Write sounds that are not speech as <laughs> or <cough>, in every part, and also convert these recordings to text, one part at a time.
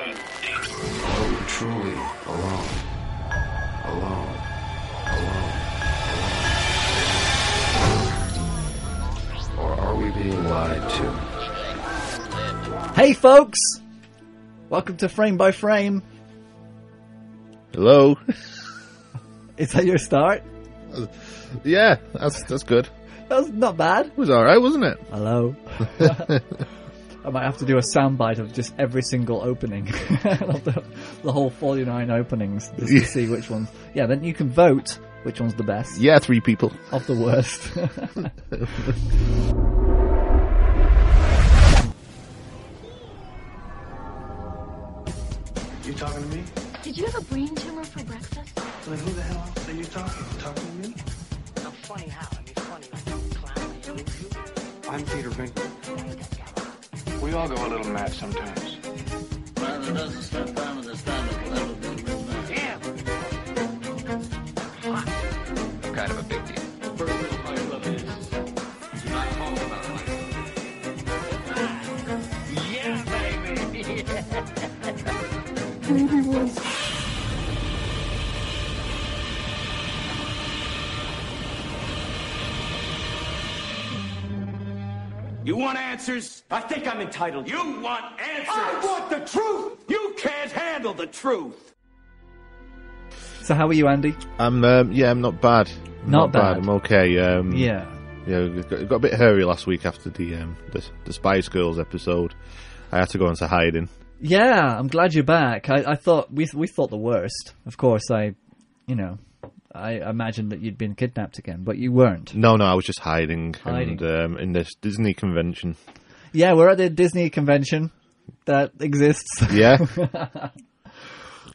Are we truly alone? Alone. Alone. Alone. Or are we being lied to? Hey, folks! Welcome to Frame by Frame. Hello. <laughs> Is that your start? yeah, that's that's good. That's not bad. It was all right, wasn't it? <laughs> Hello. I might have to do a soundbite of just every single opening, <laughs> of the, the whole 49 openings, just to Yeah. see which ones. Yeah, then you can vote which one's the best Yeah, three people. of the worst. <laughs> You talking to me? Did you have a brain tumor for breakfast? Like, who the hell else are you talking? Talking to me? I'm funny how? I mean, funny like I'm clowning you. I'm Peter Vinkman. We all go a little mad sometimes. Kind of a big deal. You want answers? I think I'm entitled. You want answers? I want the truth! You can't handle the truth! so, how are you, Andy? I'm um, yeah, I'm not bad. I'm Not bad. I'm okay. Um, Yeah. you know, it got, it got a bit hairy last week after the um, the, the Spice Girls episode. I had to go into hiding. Yeah, I'm glad you're back. I, I thought we we thought the worst. Of course, I, you know, I imagined that you'd been kidnapped again, but you weren't. No, no, I was just hiding, and Hiding. um, in this Disney convention. Yeah, we're at the Disney convention that <laughs> exists <laughs> Yeah,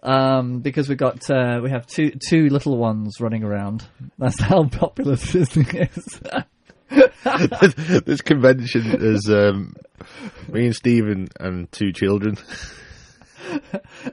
um, because we got uh, we have two two little ones running around. That's how popular <laughs> Disney is. <laughs> this convention is um, me and Stephen and two children.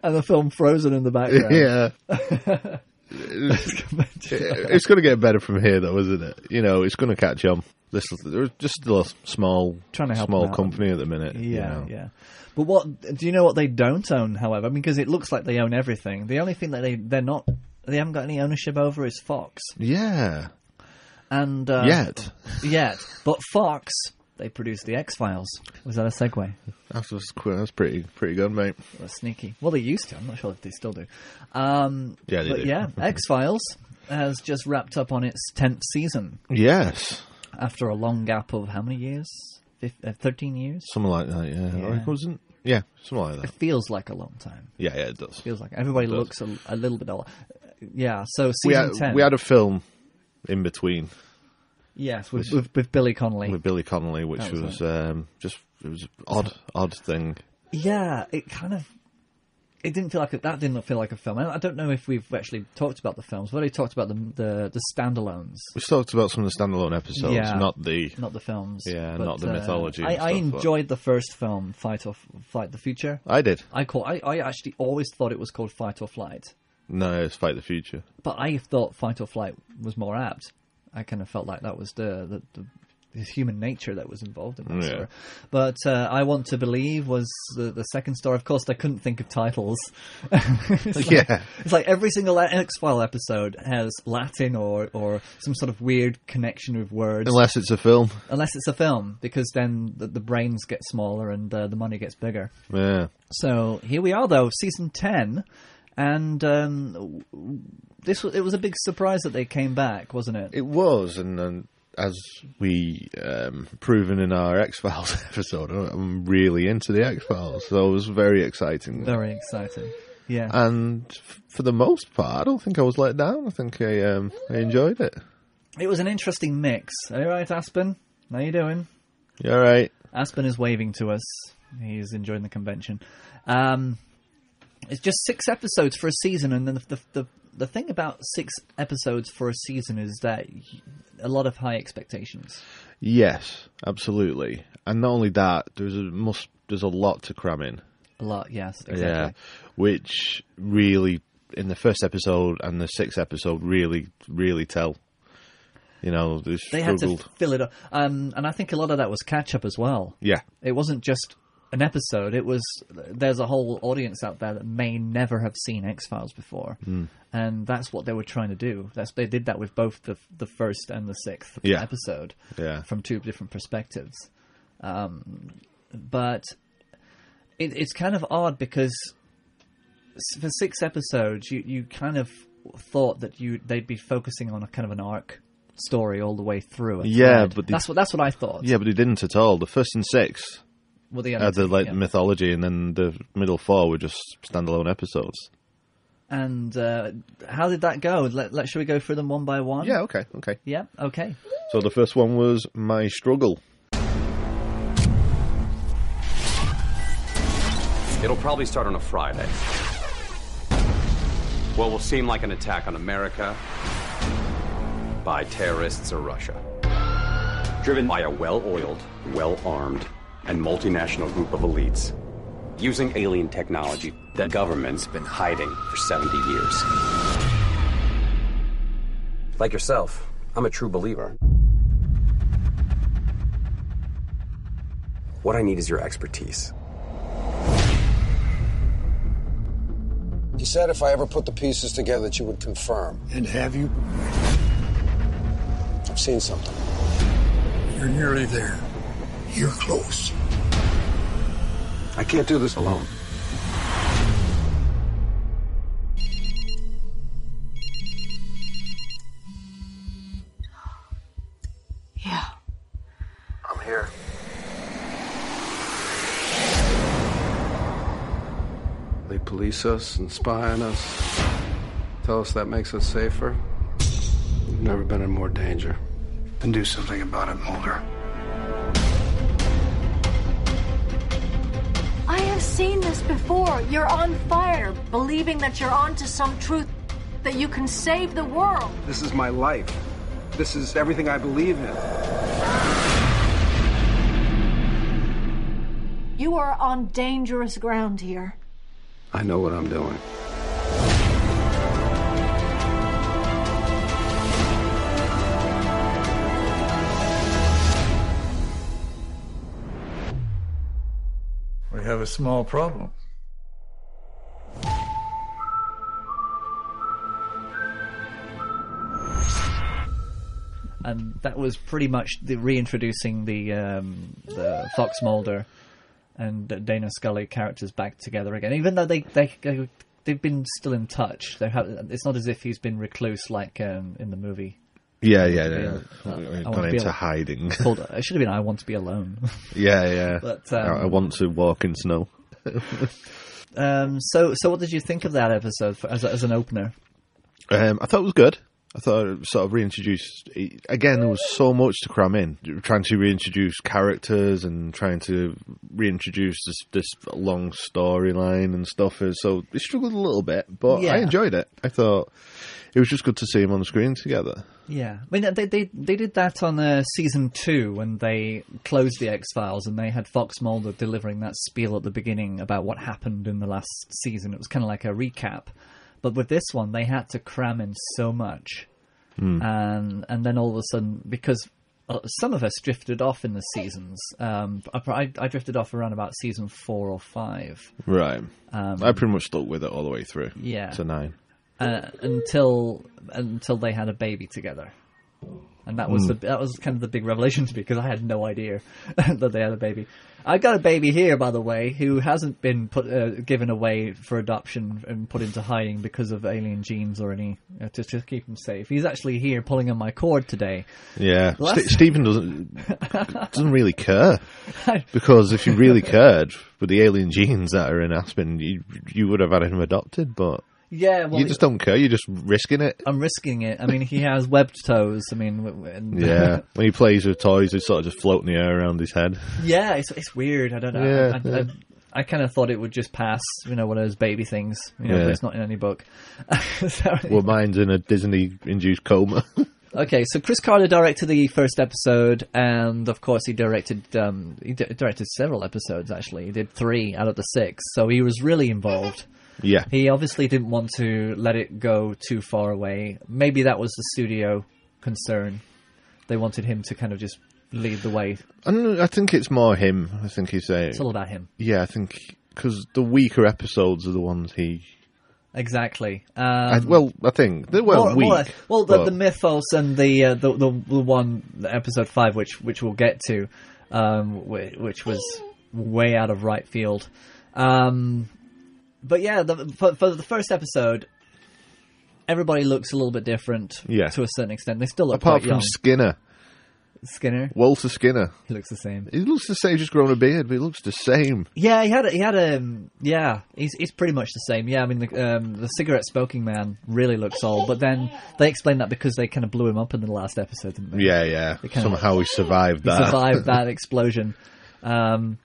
and the film Frozen in the <laughs> background. yeah. <laughs> Convention. it's going to get better from here, though, isn't it? You know, it's going to catch on. This there's just still a small, Trying to help small them out. company at the minute. you Yeah, know. yeah. But what do you know what they don't own, however? Because it looks like they own everything. The only thing that they they're not they haven't got any ownership over is Fox. yeah, And uh, Yet, yet, but Fox they produced the X Files. Was that a segue? that's that's, qu- that's pretty pretty good, mate. Or sneaky? Well, they used to. I'm not sure if they still do. Um, Yeah, they but do. yeah, <laughs> X Files has just wrapped up on its tenth season Yes, after a long gap of how many years? Fif- uh, Thirteen years. something like that. Yeah, Yeah. Or it wasn't. Yeah, something like that. Feels like a long time. Yeah, yeah, it does. feels like everybody does. looks a, a little bit older. Yeah, so season We had, ten. we had a film in between yes with, with, with Billy Connolly. with Billy Connolly, which was was, um, just it was an odd odd thing. yeah, it kind of it didn't feel like a, that didn't feel like a film. I I don't know if we've actually talked about the films. We've already talked about the the, the standalones, We talked about some of the standalone episodes, Yeah. not the. not the films. uh, Yeah, not the mythology I, and I stuff, but- enjoyed the first film, Fight or F- Flight, the Future. I did. I call I, I actually always thought it was called Fight or Flight, No, it's Fight the Future. but I thought Fight or Flight was more apt. I kind of felt like that was the the, the the human nature that was involved in that Yeah. story. But uh, I Want to Believe was the, the second story. Of course, I couldn't think of titles. <laughs> It's like- Yeah. It's like every single X File episode has Latin or, or some sort of weird connection with words, <laughs> Unless unless, it's a film. it's a film, because then the, the brains get smaller and uh, the money gets bigger. Yeah. So here we are, though, season ten, and um, w- this was, it was a big surprise that they came back, wasn't it? It was, and, and as we um, proven in our X Files <laughs> episode, I'm really into the X Files, so it was very exciting. Very exciting. Yeah. Uh, And f- for the most part, I don't think I was let down. I think I um, I enjoyed it. It was an interesting mix. All right, Aspen, how you doing? You all right? Aspen is waving to us. He's enjoying the convention. Um, it's just six episodes for a season, and then the, the the thing about six episodes for a season is that y- a lot of high expectations. Yes, absolutely. And not only that, there's a must. There's a lot to cram in. A lot, yes, exactly. Yeah, which really in the first episode and the sixth episode really, really tell. You know, they They had to struggled. fill it up, um, and I think a lot of that was catch up as well. Yeah, It wasn't just an episode. It was there's a whole audience out there that may never have seen X Files before, Hmm. and that's what they were trying to do. That's they did that with both the the first and the sixth Yeah. episode, Yeah. from two different perspectives. Um, but it, it's kind of odd because s- for six episodes, you you kind of thought that you they'd be focusing on a kind of an arc story all the way through. a Yeah, thread. but the- that's what that's what I thought. Yeah, but he didn't at all. The first and sixth well, the, had the like yeah. mythology, and then the middle four were just standalone episodes. And uh, how did that go? Let, let should we go through them one by one? Yeah, okay, okay. Yeah. Okay. So the first one was My Struggle. It'll probably start on a Friday. What will seem like an attack on America by terrorists or Russia. Driven by a well oiled, well armed, and multinational group of elites using alien technology that government's been hiding for 70 years. Like yourself, I'm a true believer. What I need is your expertise. You said if I ever put the pieces together that you would confirm. And have you? I've seen something. You're nearly there. You're close. I can't do this alone. Yeah. I'm here. They police us and spy on us. Tell us that makes us safer. We've never been in more danger. Then do something about it, Mulder. I have seen this before. You're on fire, believing that you're onto some truth, that you can save the world. This is my life. This is everything I believe in. You are on dangerous ground here. I know what I'm doing. We have a small problem. and that was pretty much the reintroducing the um, the Fox Mulder and Dana Scully characters back together again. Even though they they they- they've been still in touch, they have. It's not as if he's been recluse like um, in the movie. Yeah, yeah, yeah. Uh, I Gone wanna be into able- hiding. <laughs> Called it should have been "I Want to Be Alone." <laughs> yeah, yeah. But, um, I, I want to walk in snow. um, so so what did you think of that episode for, as a- as an opener? Um, I thought it was good. I thought it sort of reintroduced. Again, there was so much to cram in. Trying to reintroduce characters and trying to reintroduce this, this long storyline and stuff. And So it struggled a little bit, but Yeah. I enjoyed it. I thought it was just good to see them on the screen together. Yeah, I mean they they they did that on uh, season two when they closed the X Files and they had Fox Mulder delivering that spiel at the beginning about what happened in the last season. It was kind of like a recap, but with this one they had to cram in so much, and and then all of a sudden because. uh, Some of us drifted off in the seasons. Um, I, I- I drifted off around about season four or five, Right. I pretty much stuck with it all the way through. Um, Yeah. To nine. uh, until until they had a baby together, and that Hmm. was the, that was kind of the big revelation to me because I had no idea <laughs> that they had a baby. I got a baby here, by the way, who hasn't been put uh, given away for adoption and put into hiding because of alien genes or any uh, to, to keep him safe. He's actually here pulling on my cord today. Yeah. Last- Ste Stephen doesn't doesn't really <laughs> care because if you really cared with the alien genes that are in Aspen, you you would have had him adopted, but. Yeah, well, you just don't care. You're just risking it. I'm risking it. I mean, he has webbed toes. I mean, w- w- and- <laughs> Yeah. when he plays with toys, they sort of just float in the air around his head. Yeah, it's it's weird. I don't know. Yeah, I, I, yeah. I, kind of thought it would just pass, you know, one of those baby things. You know, Yeah. but it's not in any book. <laughs> So- Well, mine's in a Disney-induced coma. <laughs> okay, so Chris Carter directed the first episode, and of course he directed um, he di- directed several episodes. Actually, he did three out of the six, so he was really involved. yeah, He obviously didn't want to let it go too far away. Maybe that was the studio concern. They wanted him to kind of just lead the way. I, don't know, I think it's more him. I think he's a. It's all about him. Yeah, I think because the weaker episodes are the ones he. Exactly. Um, I, well, I think they were more, weak. more or less. well, the, but- the mythos and the, uh, the the the one the episode five, which which we'll get to, um, which, which was way out of right field. Um, but yeah, the, for, for the first episode, everybody looks a little bit different. Yeah. to a certain extent, they still look apart quite from young. Skinner, Skinner, Walter Skinner, he looks the same. he looks the same. He's just grown a beard, but he looks the same. Yeah, he had a, he had a yeah. He's he's pretty much the same. Yeah, I mean the um, the cigarette smoking man really looks old, but then they explained that because they kind of blew him up in the last episode, didn't they? Yeah, yeah. kinda- Somehow he survived he that. <laughs> survived that explosion. Um,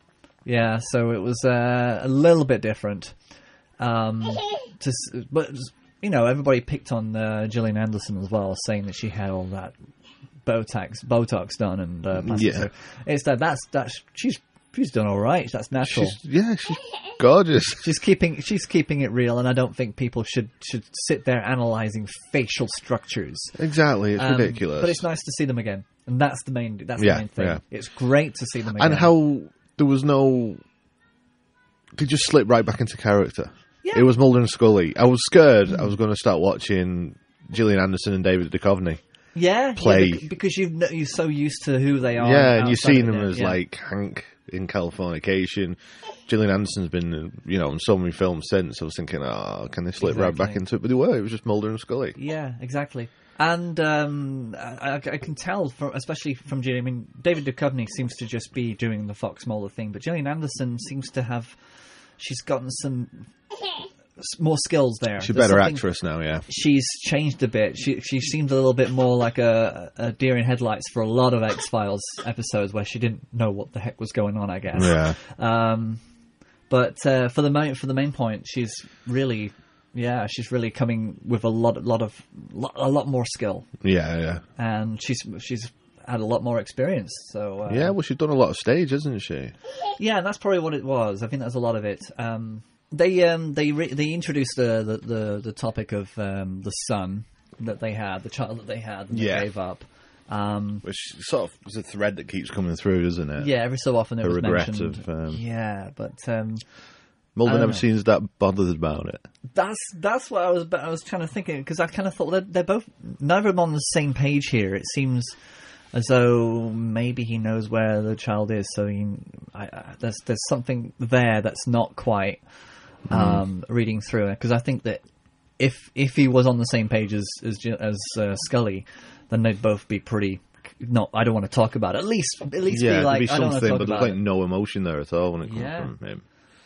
yeah, so it was uh, a little bit different. Um, to, s- but you know, everybody picked on uh, Gillian Anderson as well, saying that she had all that Botox Botox done and uh, plastic Yeah. surgery. It's that that's that's she's she's done all right. That's natural. She's, yeah, she's gorgeous. She's keeping she's keeping it real, and I don't think people should should sit there analyzing facial structures. <laughs> Exactly, it's Um, ridiculous. but it's nice to see them again, and that's the main that's Yeah, the main thing. yeah. It's great to see them again. and how there was no. They just slipped right back into character. Yeah. It was Mulder and Scully. I was scared I was going to start watching Gillian Anderson and David Duchovny. yeah, yeah, play- bec- because you've kn- you're so used to who they are. yeah, and you've outside seen of them it, as yeah. like Hank in Californication. Gillian Anderson's been, in, you know, in so many films since. I was thinking, oh, can they slip right back Exactly. into it? But they were. It was just Mulder and Scully. yeah, exactly. And um, I, I- I can tell, from, especially from Gillian. I mean, David Duchovny seems to just be doing the Fox Mulder thing, but Gillian Anderson seems to have. She's gotten some s- more skills there. She's a There's better something- actress now, yeah. she's changed a bit. She she seemed a little bit more like a, a deer in headlights for a lot of X Files episodes where she didn't know what the heck was going on. I guess. Yeah. Um, but uh, for the main for the main point, she's really yeah she's really coming with a lot lot of lot, a lot more skill, Yeah, <laughs> yeah. and she's she's had a lot more experience. So uh, Yeah, well, she's done a lot of stage, hasn't she? yeah, and that's probably what it was. I think that's a lot of it. Um, they um, they re- they introduced uh, the, the, the, the topic of um, the son that they had, the child that they had, and Yeah. they gave up. Um, Which sort of is a thread that keeps coming through, doesn't it? yeah, every so often it The was regret mentioned. of, um, Yeah, but um, I Mulder don't never know. seems that bothered about it. that's that's what I was I was kind of thinking because I kind of thought they're, they're both neither of them on the same page here. It seems as though maybe he knows where the child is, so he, I, I, there's there's something there that's not quite um, reading through it because I think that if if he was on the same page as as, Gi- as uh, Scully, then they'd both be pretty. No, I don't want to talk about it. At least, at least yeah, be like, there'd be I don't want to something, talk but there's about like it. no emotion there at all when it comes Yeah. from him.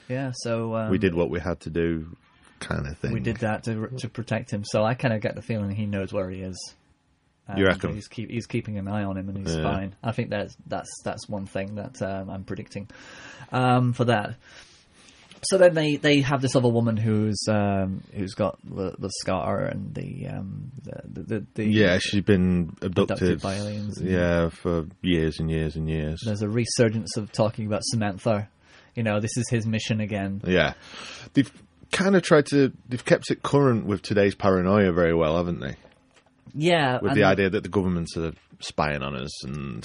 Yeah, so um, We did what we had to do, kind of thing. we did that to to protect him. So I kind of get the feeling he knows where he is. Um, You reckon? He's, keep, he's keeping an eye on him, and he's Yeah. fine. I think that's that's that's one thing that um, I'm predicting um, for that. So then they, they have this other woman who's um, who's got the, the scar and the um, the, the, the Yeah, she's been abducted. Abducted by aliens and- Yeah, for years and years and years. There's a resurgence of talking about Samantha. You know, this is his mission again. Yeah, they've kind of tried to. They've kept it current with today's paranoia very well, haven't they? Yeah, With and- the idea that the governments are spying on us and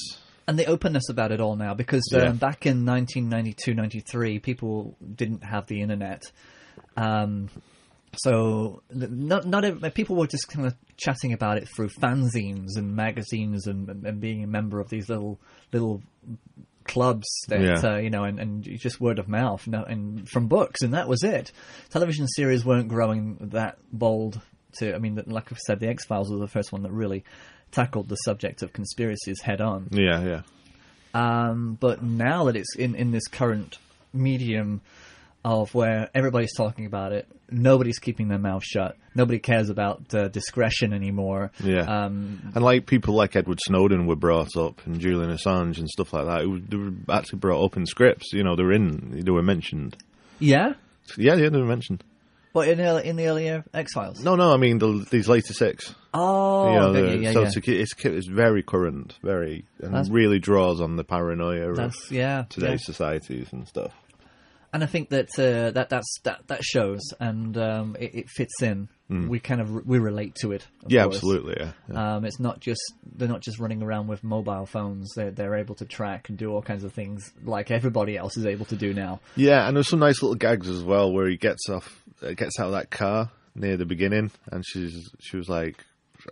and the openness about it all now because Yeah. um, back in 1992 93 people didn't have the internet um, so th- not not ev- people were just kind of chatting about it through fanzines and magazines and, and, and being a member of these little little clubs that Yeah. uh, you know and, and just word of mouth no, and from books and that was it television series weren't growing that bold to i mean like i said the x-files was the first one that really tackled the subject of conspiracies head on yeah, yeah. um, but now that it's in, in this current medium of where everybody's talking about it, nobody's keeping their mouth shut. Nobody cares about uh, discretion anymore. Yeah. Um, And like people like Edward Snowden were brought up, and Julian Assange and stuff like that, who- they were actually brought up in scripts. You know, they were in, they were mentioned. yeah. Yeah, yeah, they were mentioned. But in the, in the earlier X Files. No, no, I mean the, these later six. Oh, you know, okay, the- yeah, yeah, so yeah. it's, it's it's very current, very and That's- really draws on the paranoia of That's- yeah, today's yeah. societies and stuff. and I think that uh, that that's that that shows, and um, it, it fits in. we kind of we relate to it. Mm. of Yeah, course. absolutely. Yeah. yeah. Um, it's not just they're not just running around with mobile phones. They're they're able to track and do all kinds of things like everybody else is able to do now. Yeah, and there's some nice little gags as well where he gets off, uh, gets out of that car near the beginning, and she's she was like,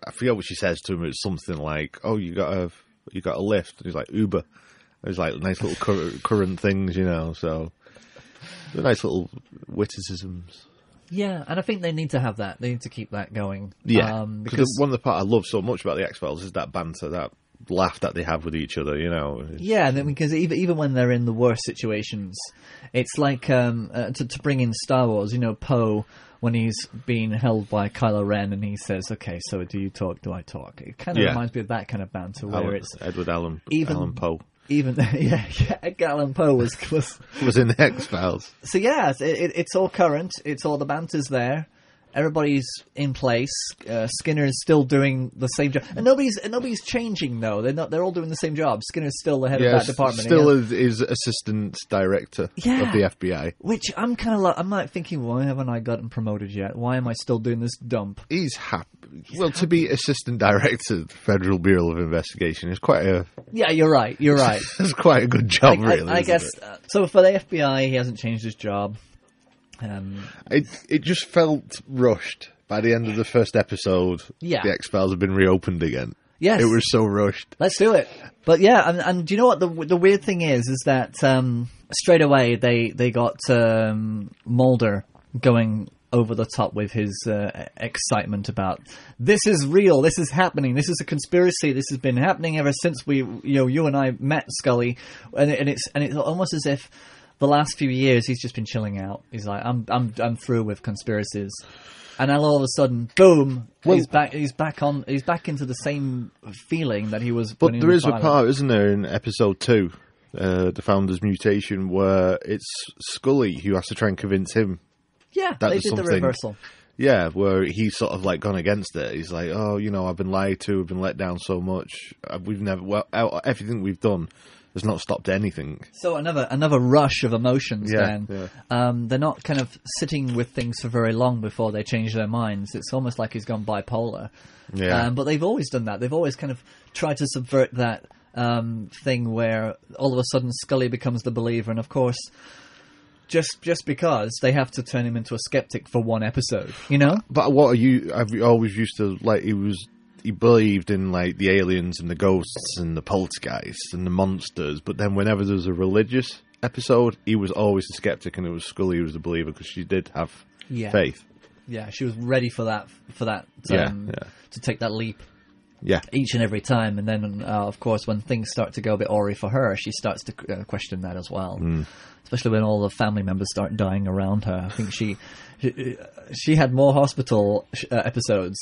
I forget what she says to him. It's something like, "Oh, you got a you got a lift." And he's like, "Uber." It was like nice little cur- current things, you know. So, they're nice little witticisms. Yeah, and I think they need to have that. They need to keep that going. Yeah, um, because because one of the part I love so much about the X Files is that banter, that laugh that they have with each other. You know, It's- Yeah, and then because even even when they're in the worst situations, it's like um, uh, to to bring in Star Wars. You know, Poe when he's being held by Kylo Ren, and he says, "Okay, so do you talk? Do I talk?" It kind of Yeah. reminds me of that kind of banter where Alan- it's Edward Allan even- Allan Poe even <laughs> yeah, yeah Edgar Allan Poe was was was in the X Files. so yeah, it, it, it's all current. It's all the banter's there. Everybody's in place. Uh, Skinner is still doing the same job, and nobody's and nobody's changing though. They're not. They're all doing the same job. Skinner's still the head of that s- department. Still Yeah. is, is assistant director Yeah. of the FBI. which I'm kind of like I'm like thinking, why haven't I gotten promoted yet? Why am I still doing this dump? He's happy. Well, to be assistant director of the Federal Bureau of Investigation is quite a Yeah, you're right. You're <laughs> right. that's quite a good job, I, really. I, I isn't guess it? uh, so. For the FBI, he hasn't changed his job. Um, it it just felt rushed. By the end of the first episode, Yeah. the X Files had been reopened again. Yes. it was so rushed. Let's do it. But yeah, and, and do you know what the the weird thing is? Is that um, straight away they they got um, Mulder going over the top with his uh, excitement about this is real, this is happening, this is a conspiracy, this has been happening ever since we you know you and I met Scully, and it- and it's and it's almost as if. The last few years, he's just been chilling out. He's like, "I'm, I'm, I'm through with conspiracies," and then all of a sudden, boom! he's back. He's back on. He's back into the same feeling that he was. when But he there was is a violent. part, isn't there, in episode two, uh, the Founder's mutation, where it's Scully who has to try and convince him Yeah, that they was did the something- reversal. Yeah, where he's sort of like gone against it. He's like, oh, you know, I've been lied to, I've been let down so much. Uh, We've never, well, out- everything we've done has not stopped anything. So another another rush of emotions. Yeah, then yeah. Um, they're not kind of sitting with things for very long before they change their minds. It's almost like he's gone bipolar. Yeah. Um, but they've always done that. They've always kind of tried to subvert that um, thing where all of a sudden Scully becomes the believer, and of course. Just, just because they have to turn him into a skeptic for one episode, you know? But what are you? I've always used to like. He was he believed in like the aliens and the ghosts and the poltergeists and the monsters. But then whenever there was a religious episode, he was always a skeptic, and it was Scully who was the believer because she did have Yeah. faith. Yeah, she was ready for that, for that, Yeah, um, yeah. to take that leap. Yeah, each and every time. And then, uh, of course, when things start to go a bit awry for her, she starts to uh, question that as well. Hmm. Especially when all the family members start dying around her. I think she she, she had more hospital sh- uh, episodes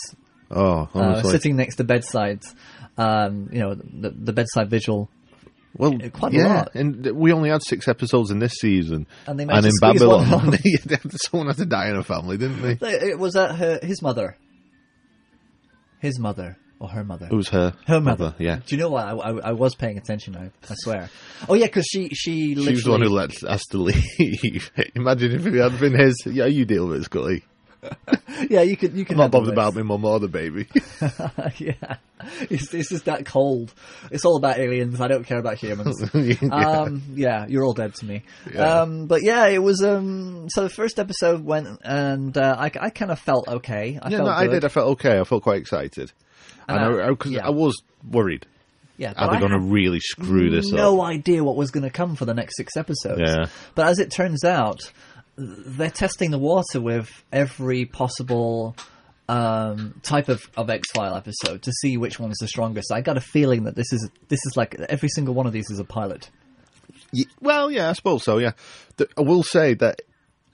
oh, uh, honestly, sitting next to bedsides. Um, you know, the, the bedside vigil. well, quite a yeah, lot. and th- we only had six episodes in this season, And they managed to in squeeze one Babylon, out. <laughs> Yeah, someone had to die in a family, didn't they? It was that her his mother, his mother or her mother. It was her, Her mother. yeah. Do you know what? I, I, I was paying attention. I, I swear. Oh yeah, because she She she literally was the one who let us to leave. <laughs> Imagine if it had been his. Yeah, you deal with it, Scully. yeah you could you can I'm not handle bothered this. about my mum or the baby. <laughs> <laughs> yeah, it's, it's just that cold. It's all about aliens. I don't care about <laughs> humans. Um, yeah, you're all dead to me. Um, but yeah, it was. Um, so the first episode went, and uh, I, I kind of felt okay. I yeah, felt no, I good. did. I felt okay. I felt quite excited, and, And I- I, I, 'cause yeah. I was worried. yeah, Are but they I going to had really screw this no up? idea what was going to come for the next six episodes. Yeah. But as it turns out, they're testing the water with every possible um, type of, of X File episode to see which one's the strongest. I got a feeling that this is this is like every single one of these is a pilot. Ye- Well, yeah, I suppose so. Yeah, Th- I will say that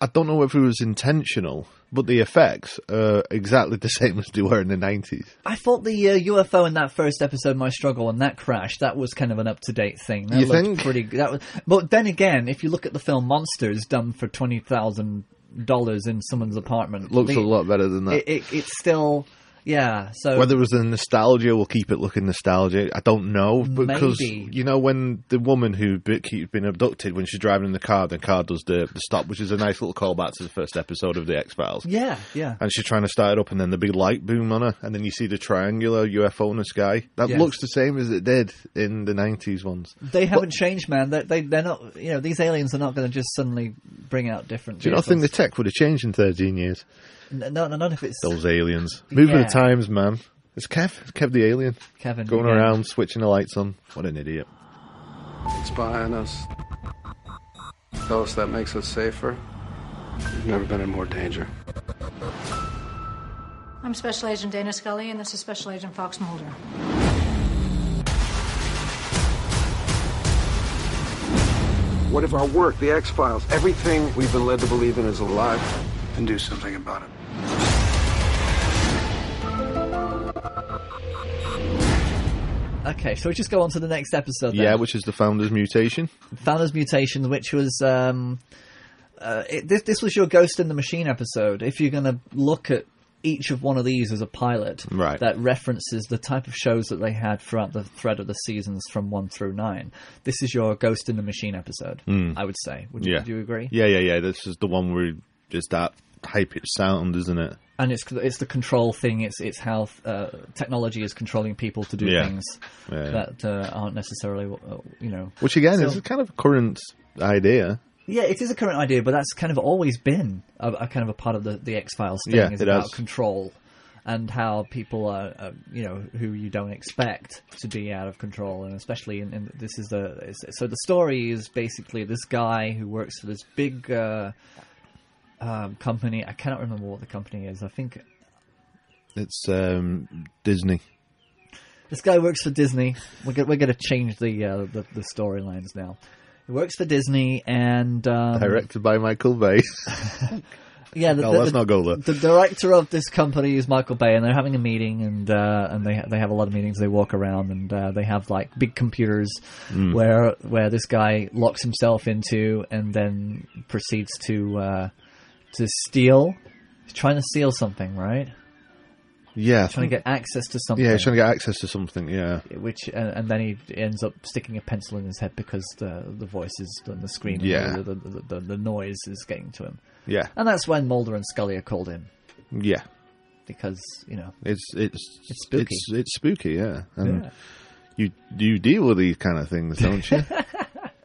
I don't know if it was intentional, but the effects are exactly the <laughs> same as they were in the nineties. I thought the uh, UFO in that first episode, my struggle and that crash, that was kind of an up to date thing. That You looked think? pretty. That was, but then again, if you look at the film Monsters, done for twenty thousand dollars in someone's apartment, Looks a the- lot better than that. It, it, it's still Yeah. So Whether it was the nostalgia, we'll keep it looking nostalgic. I don't know because Maybe. you know when the woman who be- keeps been abducted when she's driving in the car, the car does the, the stop, which is a nice little callback to the first episode of the X Files. yeah, yeah. And she's trying to start it up, and then the big light boom on her, and then you see the triangular UFO in the sky. That Yes. looks the same as it did in the '90s ones. They haven't changed, man. They, they they're not. You know, these aliens are not going to just suddenly bring out different. Do you not think the vehicles. tech would have changed in 13 years? N- No, no, not if it's Those aliens. Moving Yeah. the times, man. It's Kev. It's Kev the alien. Kevin, Going yeah. around, switching the lights on. What an idiot. spying us. Tell us that makes us safer. We've never been in more danger. I'm Special Agent Dana Scully, and this is Special Agent Fox Mulder. What if our work, the X Files, everything we've been led to believe in is a lie? And do something about it. Okay, shall we just go on to the next episode? Then? Yeah, which is the founder's mutation. Founder's Mutation, which was um, uh, it, this this was your Ghost in the Machine episode. If you're going to look at each of one of these as a pilot, Right. that references the type of shows that they had throughout the thread of the seasons from one through nine. This is your Ghost in the Machine episode, I would say. Would you, Mm. Yeah. do you agree? Yeah, yeah, yeah. This is the one where it's that high pitched sound, isn't it? And it's it's the control thing. It's it's how uh, technology is controlling people to do Yeah. things Yeah. that uh, aren't necessarily uh, you know. Which again So- is kind of a current idea. Yeah, it is a current idea, but that's kind of always been a, a kind of a part of the, the X Files thing. Yeah, is it about has. control and how people are, uh, you know, who you don't expect to be out of control, and especially in, in this is the is, so the story is basically this guy who works for this big uh, um, company. I cannot remember what the company is. I think It's um, Disney. This guy works for Disney. We're go- we're going to change the uh, the, the storylines now. He works for Disney, and um, Directed by Michael Bay. <laughs> yeah, the, No, the- let's the- not go there. The director of this company is Michael Bay, and they're having a meeting, and uh, and they ha- they have a lot of meetings. They walk around, and uh, they have like big computers Mm. where where this guy locks himself into, and then proceeds to uh, to steal. He's trying to steal something, right? Yeah. I Trying think- to get access to something. yeah, he's trying to get access to something. Yeah. which and, and then he ends up sticking a pencil in his head because the the voices on the screen, Yeah. the, the, the, the, the noise is getting to him, Yeah. and that's when Mulder and Scully are called in Yeah. because you know It's it's It's spooky. It's, it's spooky, yeah. And Yeah. you you deal with these kind of things, don't <laughs> you?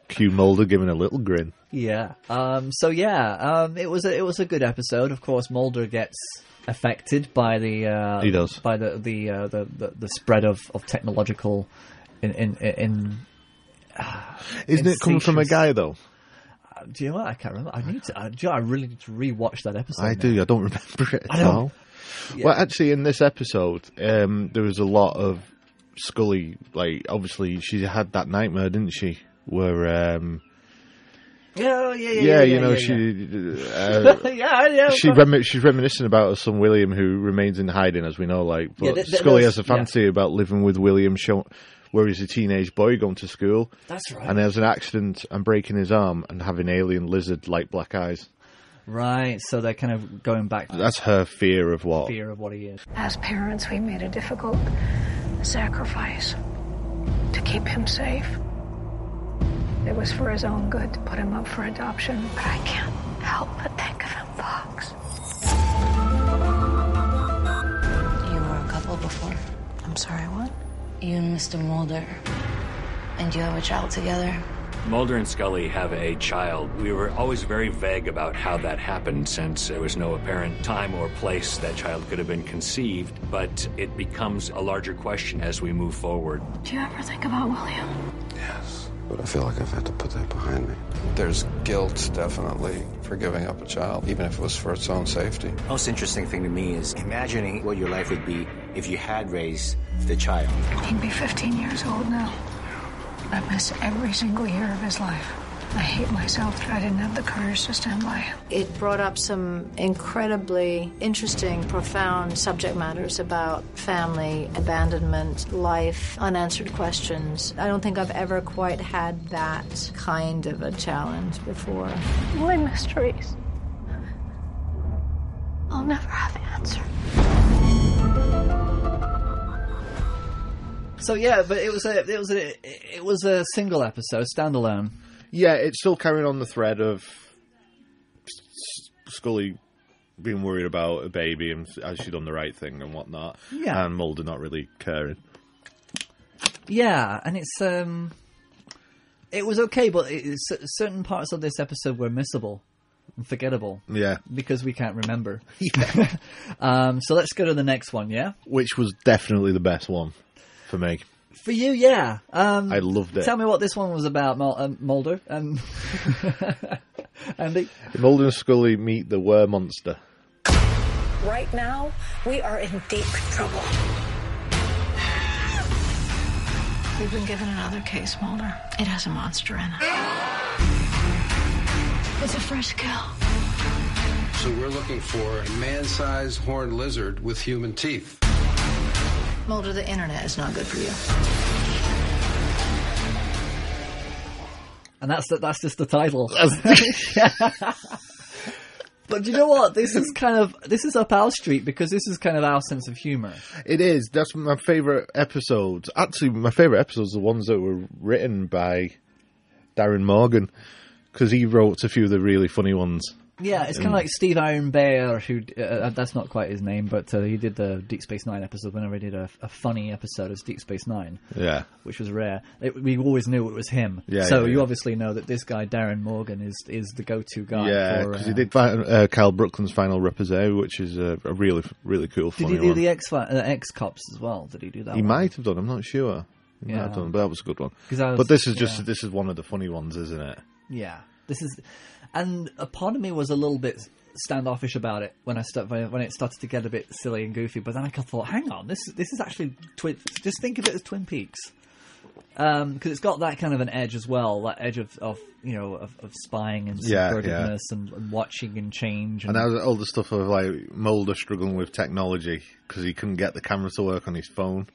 Q Mulder giving a little grin. yeah. Um, so yeah, um, it was a, it was a good episode. Of course, Mulder gets affected by the uh, He does. by the the, uh, the the the spread of of technological in in. in Isn't it coming from a Incestuous. guy though? do you know what? I can't remember. I need to. I, do you know, I really need to rewatch that episode. I now. do. I don't remember it at don't- all. Well, actually, in this episode, um, there was a lot of Scully. Like, obviously, she had that nightmare, didn't she? Where, um, Yeah, yeah, yeah. yeah, Yeah, you know, yeah, <laughs> she uh, yeah, yeah. yeah of she course. remi- she's reminiscing about her son William, who remains in hiding, as we know. Like, but Yeah, th- th- Scully has those- a fancy about living with William, show- where he's a teenage boy going to school, That's right. and there's an accident and breaking his arm and having alien lizard like black eyes. Right, so they're kind of going back to That's her fear of what? fear of what he is. As parents, we made a difficult sacrifice to keep him safe. It was for his own good to put him up for adoption, but I can't help but think of him, Fox. You were a couple before. I'm sorry, what? You and Mr. Mulder. And you have a child together. Mulder and Scully have a child. We were always very vague about how that happened since there was no apparent time or place that child could have been conceived, but it becomes a larger question as we move forward. Do you ever think about William? But I feel like I've had to put that behind me. There's guilt, definitely, for giving up a child, even if it was for its own safety. Most interesting thing to me is imagining what your life would be if you had raised the child. He'd be 15 years old now. I miss every single year of his life. I hate myself that I didn't have the courage to stand by him. It brought up some incredibly interesting, profound subject matters about family, abandonment, life, unanswered questions. I don't think I've ever quite had that kind of a challenge before. My mysteries. I'll never have answers. So yeah, but it was a it was a it was a single episode, standalone. Yeah, it's still carrying on the thread of S- Scully being worried about a baby and has she done the right thing and whatnot. Yeah. And Mulder not really caring. Yeah, and it's um, it was okay, but it, it's, uh, certain parts of this episode were missable and forgettable. Yeah. because we can't remember. Yeah. <laughs> um, so let's go to the next one. Yeah, Which was definitely the best one for me. for you, yeah. Um, I loved it. Tell me what this one was about, Mul- um, Mulder. Um, <laughs> Andy. Mulder and Scully meet the Were <laughs> Monster. Right now, we are in deep trouble. We've been given another case, Mulder. It has a monster in it. It's a fresh kill. So we're looking for a man-sized horned lizard with human teeth. Mulder, the internet is not good for you. and that's the, that's just the title. <laughs> but do you know what? This is kind of this is up our street because this is kind of our sense of humor. It is. That's my favourite episodes. Actually, my favourite episodes are the ones that were written by Darren Morgan because he wrote a few of the really funny ones. Yeah, it's kind of Mm. like Steve Iron Bear, who uh, that's not quite his name, but uh, he did the Deep Space Nine episode. Whenever he did a, a funny episode of Deep Space Nine, Yeah. which was rare, it, we always knew it was him. Yeah, so yeah, you yeah. obviously know that this guy Darren Morgan is is the go to guy. yeah, for, because uh, he did fi- uh, Cal Brookland's final reposé, which is a, a really, really cool, Did funny he do one. the X Fi- uh, X Cops as well? Did he do that? he one? might have done. I'm not sure. He might Yeah. have done, but that was a good one. 'Cause I was- but this is just yeah. this is one of the funny ones, isn't it? Yeah, this is, and a part of me was a little bit standoffish about it when I start when it started to get a bit silly and goofy. But then I thought, hang on, this this is actually twin. Just think of it as Twin Peaks, because it's got that kind of an edge as well, that edge of, of you know of, of spying and Yeah, yeah. subvertiveness and, and watching and change. And that was all the stuff of like Mulder struggling with technology because he couldn't get the camera to work on his phone.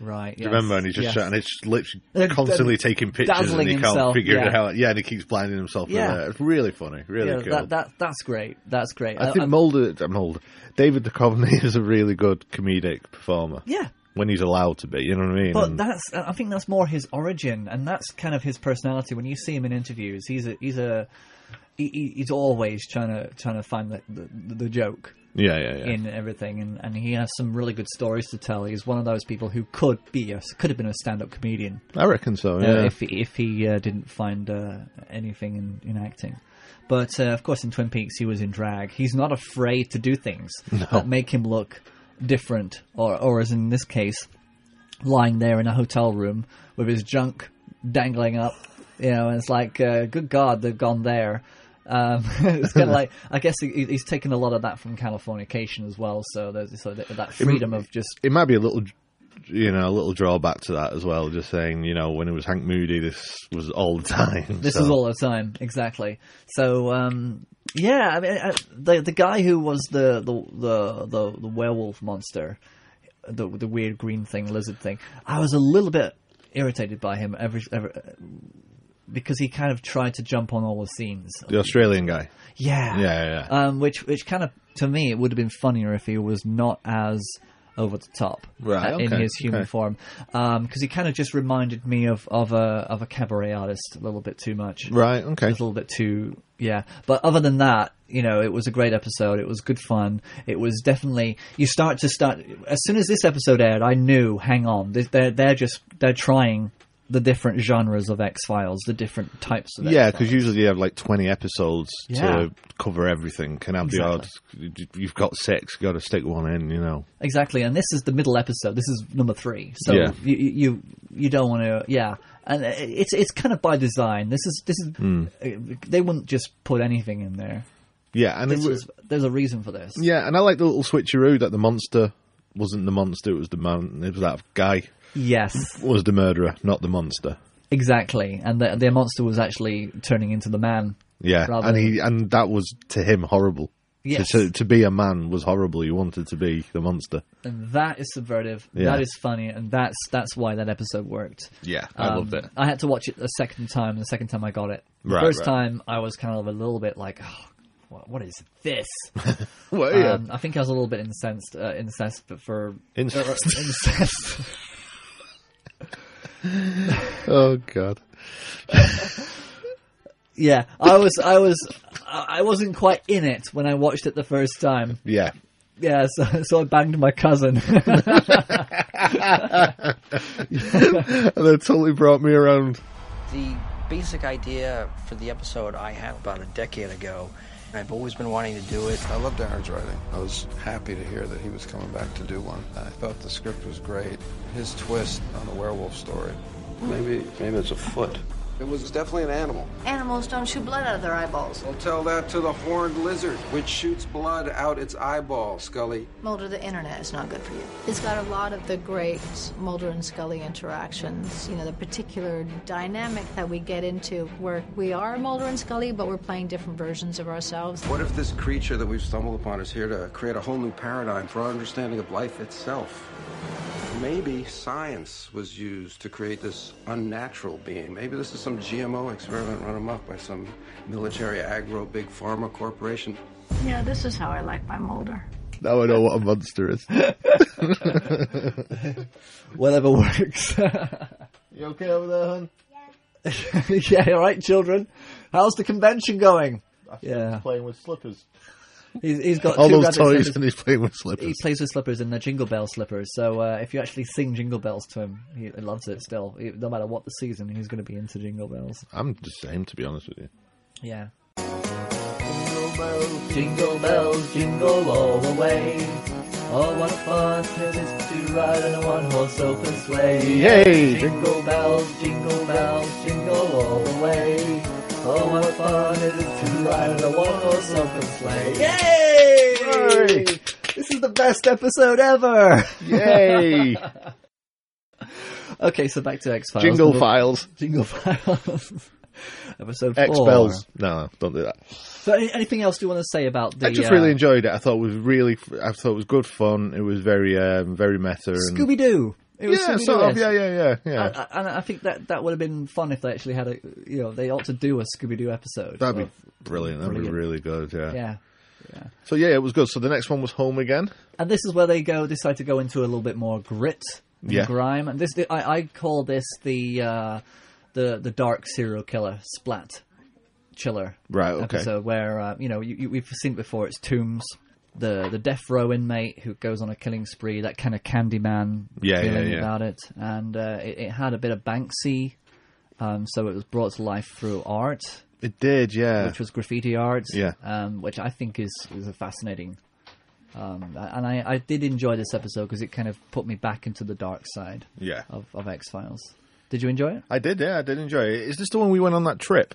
right, Do you remember? And he's just trying and it's <laughs> literally Uh, constantly uh, taking pictures and dazzling he himself, can't figure yeah. it out. Yeah, and he keeps blinding himself. Yeah. Yeah, it's really funny, really yeah, cool. that, that that's great. That's great. I think I'm- Mulder, uh, Mulder, David Duchovny <laughs> is a really good comedic performer. Yeah. when he's allowed to be, you know what I mean? But And- that's I think that's more his origin, and that's kind of his personality. When you see him in interviews, he's a he's a he- he, he's always trying to trying to find the the, the joke yeah, yeah, yeah. in everything, and, and he has some really good stories to tell. He's one of those people who could be a could have been a stand up comedian I reckon so. uh, Yeah, if he- if he uh, didn't find uh, anything in, in acting. But uh, of course, in Twin Peaks, he was in drag. He's not afraid to do things that make him look different, or or as in this case, lying there in a hotel room with his junk dangling up. You know, and it's like, uh, good God, they've gone there. Um, <laughs> it's kind of like I guess he, he's taken a lot of that from Californication as well. So there's so that, that It m- freedom of just it might be a little, you know, a little drawback to that as well. Just saying, you know, when it was Hank Moody, this was all the <laughs> time. This so- is all the time, exactly. So, um, yeah, I mean, I, the the guy who was the the the, the, the werewolf monster, the the weird green thing, lizard thing, I was a little bit irritated by him every, every because he kind of tried to jump on all the scenes. the Australian guy. Yeah, Yeah, yeah, Um, which which kind of to me it would have been funnier if he was not as over the top Right, uh, in okay, his human okay. form, because he kind of just reminded me of of a of a cabaret artist a little bit too much. Right, okay. a little bit too yeah. But other than that, you know, it was a great episode. It was good fun. It was definitely you start to start as soon as this episode aired. I knew, hang on, they- they're they're just they're trying the different genres of X Files, the different types of Yeah, because usually you have like twenty episodes Yeah. to cover everything. Can have the odd. You've got six. Got to stick one in. You know. Exactly, and this is the middle episode. This is number three, so Yeah. you, you you- you don't want to, yeah. And it- it's it's kind of by design. This is this is Hmm. uh, they wouldn't just put anything in there. Yeah, and it This wa- was- there's a reason for this. yeah, and I like the little switcheroo that the monster wasn't the monster. It was the man. It was that guy. Yes, Was the murderer, not the monster. exactly. And the the monster was actually turning into the man. Yeah, rather and than- he and that was to him horrible. Yes. To, to, to be a man was horrible. He wanted to be the monster. and that is subvertive. Yeah. That is funny, and that's that's why that episode worked. Yeah, I Um, loved it. I had to watch it a second time. and The second time I got it. The Right, first right. time I was kind of a little bit like, oh, what, what is this? Um, Well, <laughs> yeah. I think I was a little bit incensed, <laughs> uh, incensed, but for Incensed. incensed. <laughs> oh god. Yeah, I was, I was, I wasn't quite in it when I watched it the first time. Yeah. Yeah, so, so I banged my cousin. <laughs> and that totally brought me around. The basic idea for the episode I had about a decade ago, and I've always been wanting to do it. I loved Aaron's writing. I was happy to hear that he was coming back to do one. I thought the script was great. His twist on the werewolf story. Maybe, maybe it's a foot. It was definitely an animal. Animals don't shoot blood out of their eyeballs. Well, tell that to the horned lizard, which shoots blood out its eyeball, Scully. Mulder, the internet is not good for you. It's got a lot of the great Mulder and Scully interactions, you know, the particular dynamic that we get into where we are Mulder and Scully, but we're playing different versions of ourselves. What if this creature that we've stumbled upon is here to create a whole new paradigm for our understanding of life itself? Maybe science was used to create this unnatural being. Maybe this is some GMO experiment run amok by some military agro big pharma corporation. Yeah, this is how I like my Mulder. Now I know what a monster <laughs> is. Whatever <laughs> works. you okay over there, hun? <laughs> yeah, all right, children. How's the convention going? Yeah. Playing with slippers. He's, he's got All two those rabbits in toys his- and he's playing with slippers. He plays with slippers and they're jingle bell slippers. So uh, if you actually sing jingle bells to him, he loves it still. He- no matter what the season, he's going to be into jingle bells. I'm the same, to be honest with you. Yeah. Jingle bells, jingle all the way. Oh, what fun it is to ride in a one-horse open sleigh. Yay! Jingle bells, jingle bells, jingle all the way. Oh, what fun it is to ride in a one-horse open sleigh. Yay! This is the best episode ever! <laughs> Yay! okay, so back to X-Files. Jingle Number- Files. Jingle <laughs> Files. Episode 4. Expels. Oh. No, no, don't do that. So any- anything else do you want to say about the... I just uh, really enjoyed it. I thought it was really, I thought it was good fun. It was very, um, very meta. and- Scooby Doo. Yeah, sort of. Yeah, yeah, yeah, yeah. And, and I think that that would have been fun if they actually had a, you know, they ought to do a Scooby Doo episode. That'd be of- brilliant. That'd Brilliant. be really good. Yeah. yeah. yeah. So yeah, it was good. So the next one was Home Again. And this is where they go decide to go into a little bit more grit, and Yeah. grime, and this I, I call this the uh, the the dark serial killer splat chiller Right, okay. episode where uh, you know you, you, we've seen it before. It's Tombs, the the death row inmate who goes on a killing spree, that kind of Candyman Yeah, yeah, feeling yeah. about it, and uh, it, it had a bit of Banksy, um, so it was brought to life through art It did. Yeah. which was graffiti art. Yeah. um, which I think is is a fascinating. Um, and I, I did enjoy this episode because it kind of put me back into the dark side. Yeah. Of, of X Files. Did you enjoy it I did. Yeah, I did enjoy it. Is this the one we went on that trip?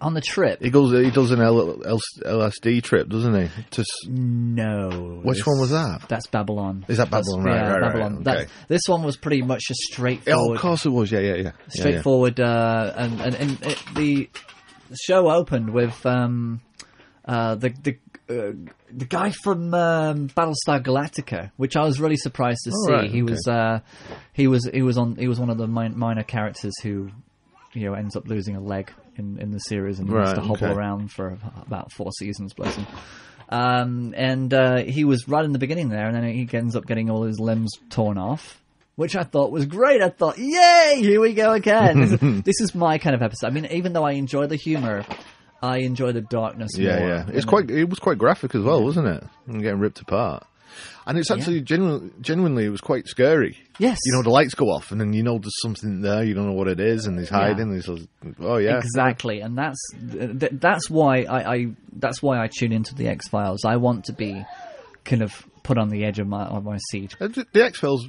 on the trip? He goes. He does an L- L- LSD trip, doesn't he? To s- no. Which this- one was that? That's Babylon. Is that That's- Babylon? Right, yeah, right, right, Babylon. okay. That's- this one was pretty much a Oh, straightforward. of course it was. Yeah, yeah, yeah. Yeah, yeah. straightforward uh, and and, and it, the show opened with um, uh, the the uh, the guy from um, Battlestar Galactica, which I was really surprised to Oh, see. right, he was uh, he was he was on he was one of the min- minor characters who you know ends up losing a leg in, in the series and has Right, to hobble okay. around for about four seasons, bless him. Um, and uh, he was right in the beginning there, and then he ends up getting all his limbs torn off, which I thought was great. I thought, yay, here we go again. this, <laughs> is, this is my kind of episode. I mean, even though I enjoy the humor, I enjoy the darkness Yeah, more. yeah. And It's quite. It was quite graphic as well, wasn't it? And getting ripped apart. And it's actually genuinely, genuinely, it was quite scary. Yes. You know, the lights go off, and then you know there's something there. You don't know what it is, and he's hiding. And he's, oh yeah, Exactly, and that's th- th- that's why I, I that's why I tune into the X Files. I want to be kind of put on the edge of my of my seat. Uh, th- The X Files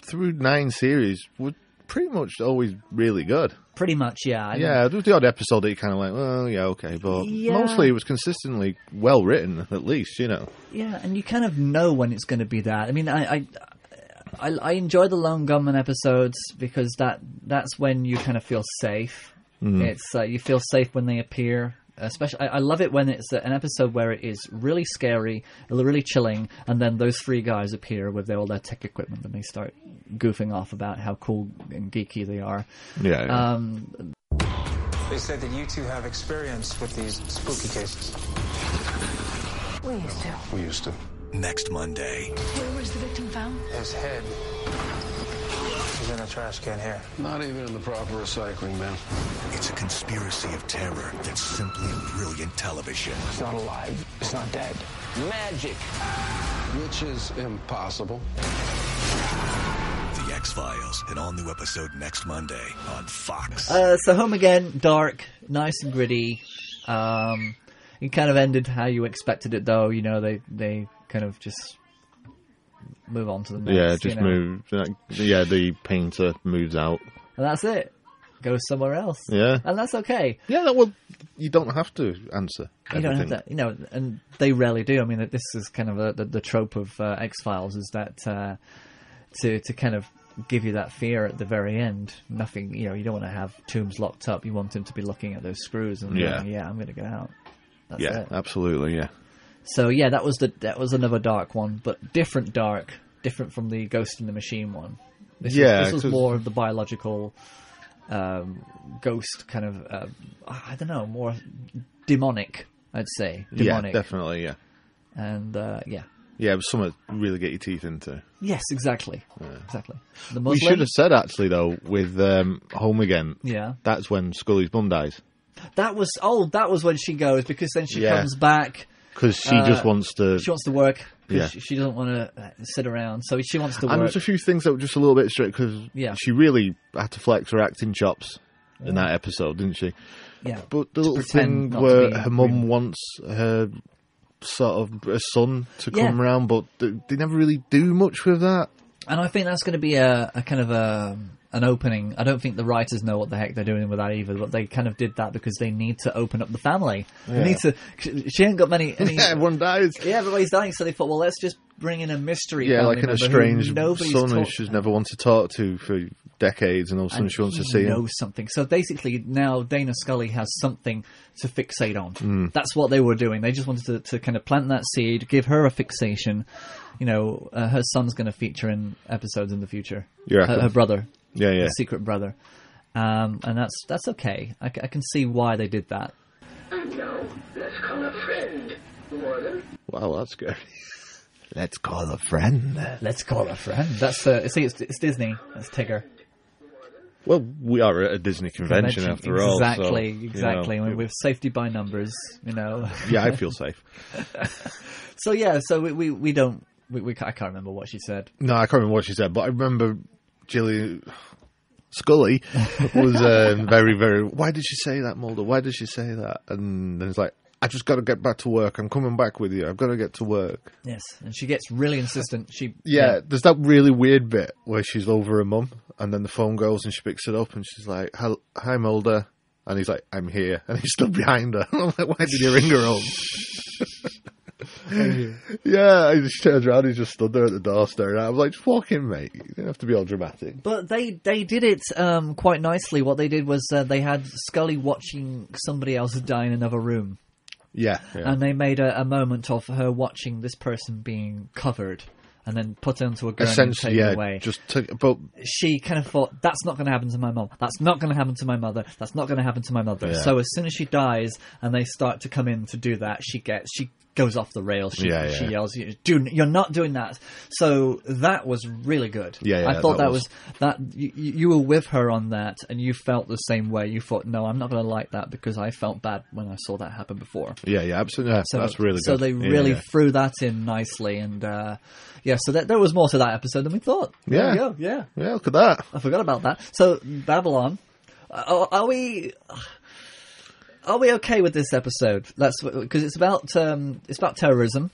through nine series were pretty much always really good. Pretty much, yeah. I yeah, there was the odd episode that you kind of like, well, yeah, okay, but Yeah. mostly it was consistently well written, at least, you know. Yeah, and you kind of know when it's going to be that. I mean, I, I, I, I enjoy the lone gunman episodes because that that's when you kind of feel safe. Mm. It's uh, you feel safe when they appear. Especially, I, I love it when it's uh, an episode where it is really scary, really chilling, and then those three guys appear with their, all their tech equipment and they start goofing off about how cool and geeky they are. Yeah, yeah. Um, They say that you two have experience with these spooky cases. We used to. We used to. Next Monday. Where was the victim found? His head was in a trash can here. Not even in the proper recycling bin. It's a conspiracy of terror that's simply brilliant television. It's not alive. It's not dead. Magic. Which is impossible. The X Files, an all new episode next Monday on Fox. Uh, so home again, dark, nice and gritty. Um, it kind of ended how you expected it, though. You know, they they kind of just move on to the next. yeah, just you know. move. Yeah, the painter moves out. and that's it. Go somewhere else. Yeah. and that's okay. Yeah, that will. You don't have to answer. You don't have everything. that, you know, and they rarely do. I mean, this is kind of a, the, the trope of uh, X Files is that uh, to to kind of give you that fear at the very end. Nothing, you know, you don't want to have Tombs locked up. You want him to be looking at those screws and Yeah. yeah, yeah, I'm going to get out. That's yeah, it. absolutely. Yeah. So yeah, that was the that was another dark one, but different dark, different from the Ghost in the Machine one. This Yeah, was, this was 'cause- more of the biological um, ghost kind of. Uh, I don't know, more demonic. I'd say demonic. Yeah, definitely. Yeah. And uh, yeah, Yeah, it was something to really get your teeth into. yes, exactly, exactly. The We should Muslim. have said actually though with um, Home Again. Yeah. That's when Scully's mum dies That was oh, that was when she goes because then she Yeah. comes back. 'Cause she Uh, just wants to- She wants to work. 'cause Yeah. She, she doesn't want to uh, sit around, so she wants to And work. there's a few things that were just a little bit strict because Yeah. she really had to flex her acting chops in Yeah. that episode, didn't she? Yeah. But the To little thing pretend not to where be her mum wants her sort of her son to Yeah. come round, but they, they never really do much with that. And I think that's going to be a, a kind of a an opening. I don't think the writers know what the heck they're doing with that either, but they kind of did that because they need to open up the family. Yeah. They need to. She, she ain't got many. <laughs> any- Yeah, everyone dies. Yeah, everybody's dying, so they thought, well, let's just bring in a mystery. Yeah, family like an member who estranged nobody's son who talked- she's never wanted to talk to for decades, and all of a sudden and she wants to he see him. knows something. So basically, now Dana Scully has something to fixate on. Mm. That's what they were doing. They just wanted to, to kind of plant that seed, give her a fixation. You know, uh, her son's going to feature in episodes in the future. You reckon? her, her brother. Yeah, yeah. Her secret brother. Um, and that's that's okay. I, c- I can see why they did that. And now, let's call a friend, Warner. Wow, that's scary. <laughs> Let's call a friend. Let's call a friend. That's uh, see, it's, it's Disney. That's Tigger. Well, we are at a Disney convention, after all. so, Exactly, you know. <laughs> exactly. We're- We're safety by numbers, you know. yeah, I feel safe. so yeah, so we we, we don't. We, we ca- I can't remember what she said. No, I can't remember what she said, but I remember Jillian Scully was <laughs> um, very, very. Why did she say that, Mulder? Why did she say that? And then it's like, I just got to get back to work. I'm coming back with you. I've got to get to work. Yes, and she gets really insistent. She Yeah, there's that really weird bit where she's over her mum, and then the phone goes and she picks it up, and she's like, "Hel- "Hi, Mulder," and he's like, "I'm here," and he's still behind her. <laughs> I'm like, "Why did you ring her home?" yeah, he just turns around, he just stood there at the door staring. at her. I was like, "Just walk in, mate. You don't have to be all dramatic." But they they did it um, quite nicely. What they did was uh, they had Scully watching somebody else die in another room, Yeah, yeah. and they made a, a moment of her watching this person being covered and then put onto a gurney and essentially, taken yeah, away. just took. But she kind of thought, that's not going to happen to my mom. That's not going to happen to my mother. That's not going to happen to my mother. Yeah. So as soon as she dies and they start to come in to do that, she gets, she goes off the rails. She, Yeah, yeah. she yells, "You- "Do you're not doing that." So that was really good. Yeah, yeah, I thought that that, was- was, that you, you were with her on that and you felt the same way. You thought, no, I'm not going to like that because I felt bad when I saw that happen before. yeah, yeah, absolutely. Yeah, that's really good. So they Yeah, really yeah. threw that in nicely, and uh, yeah, so that, there was more to that episode than we thought. There Yeah. we go. yeah, yeah. Look at that. I forgot about that. So Babylon, are, are we? Are we okay with this episode? That's because it's about um, it's about terrorism,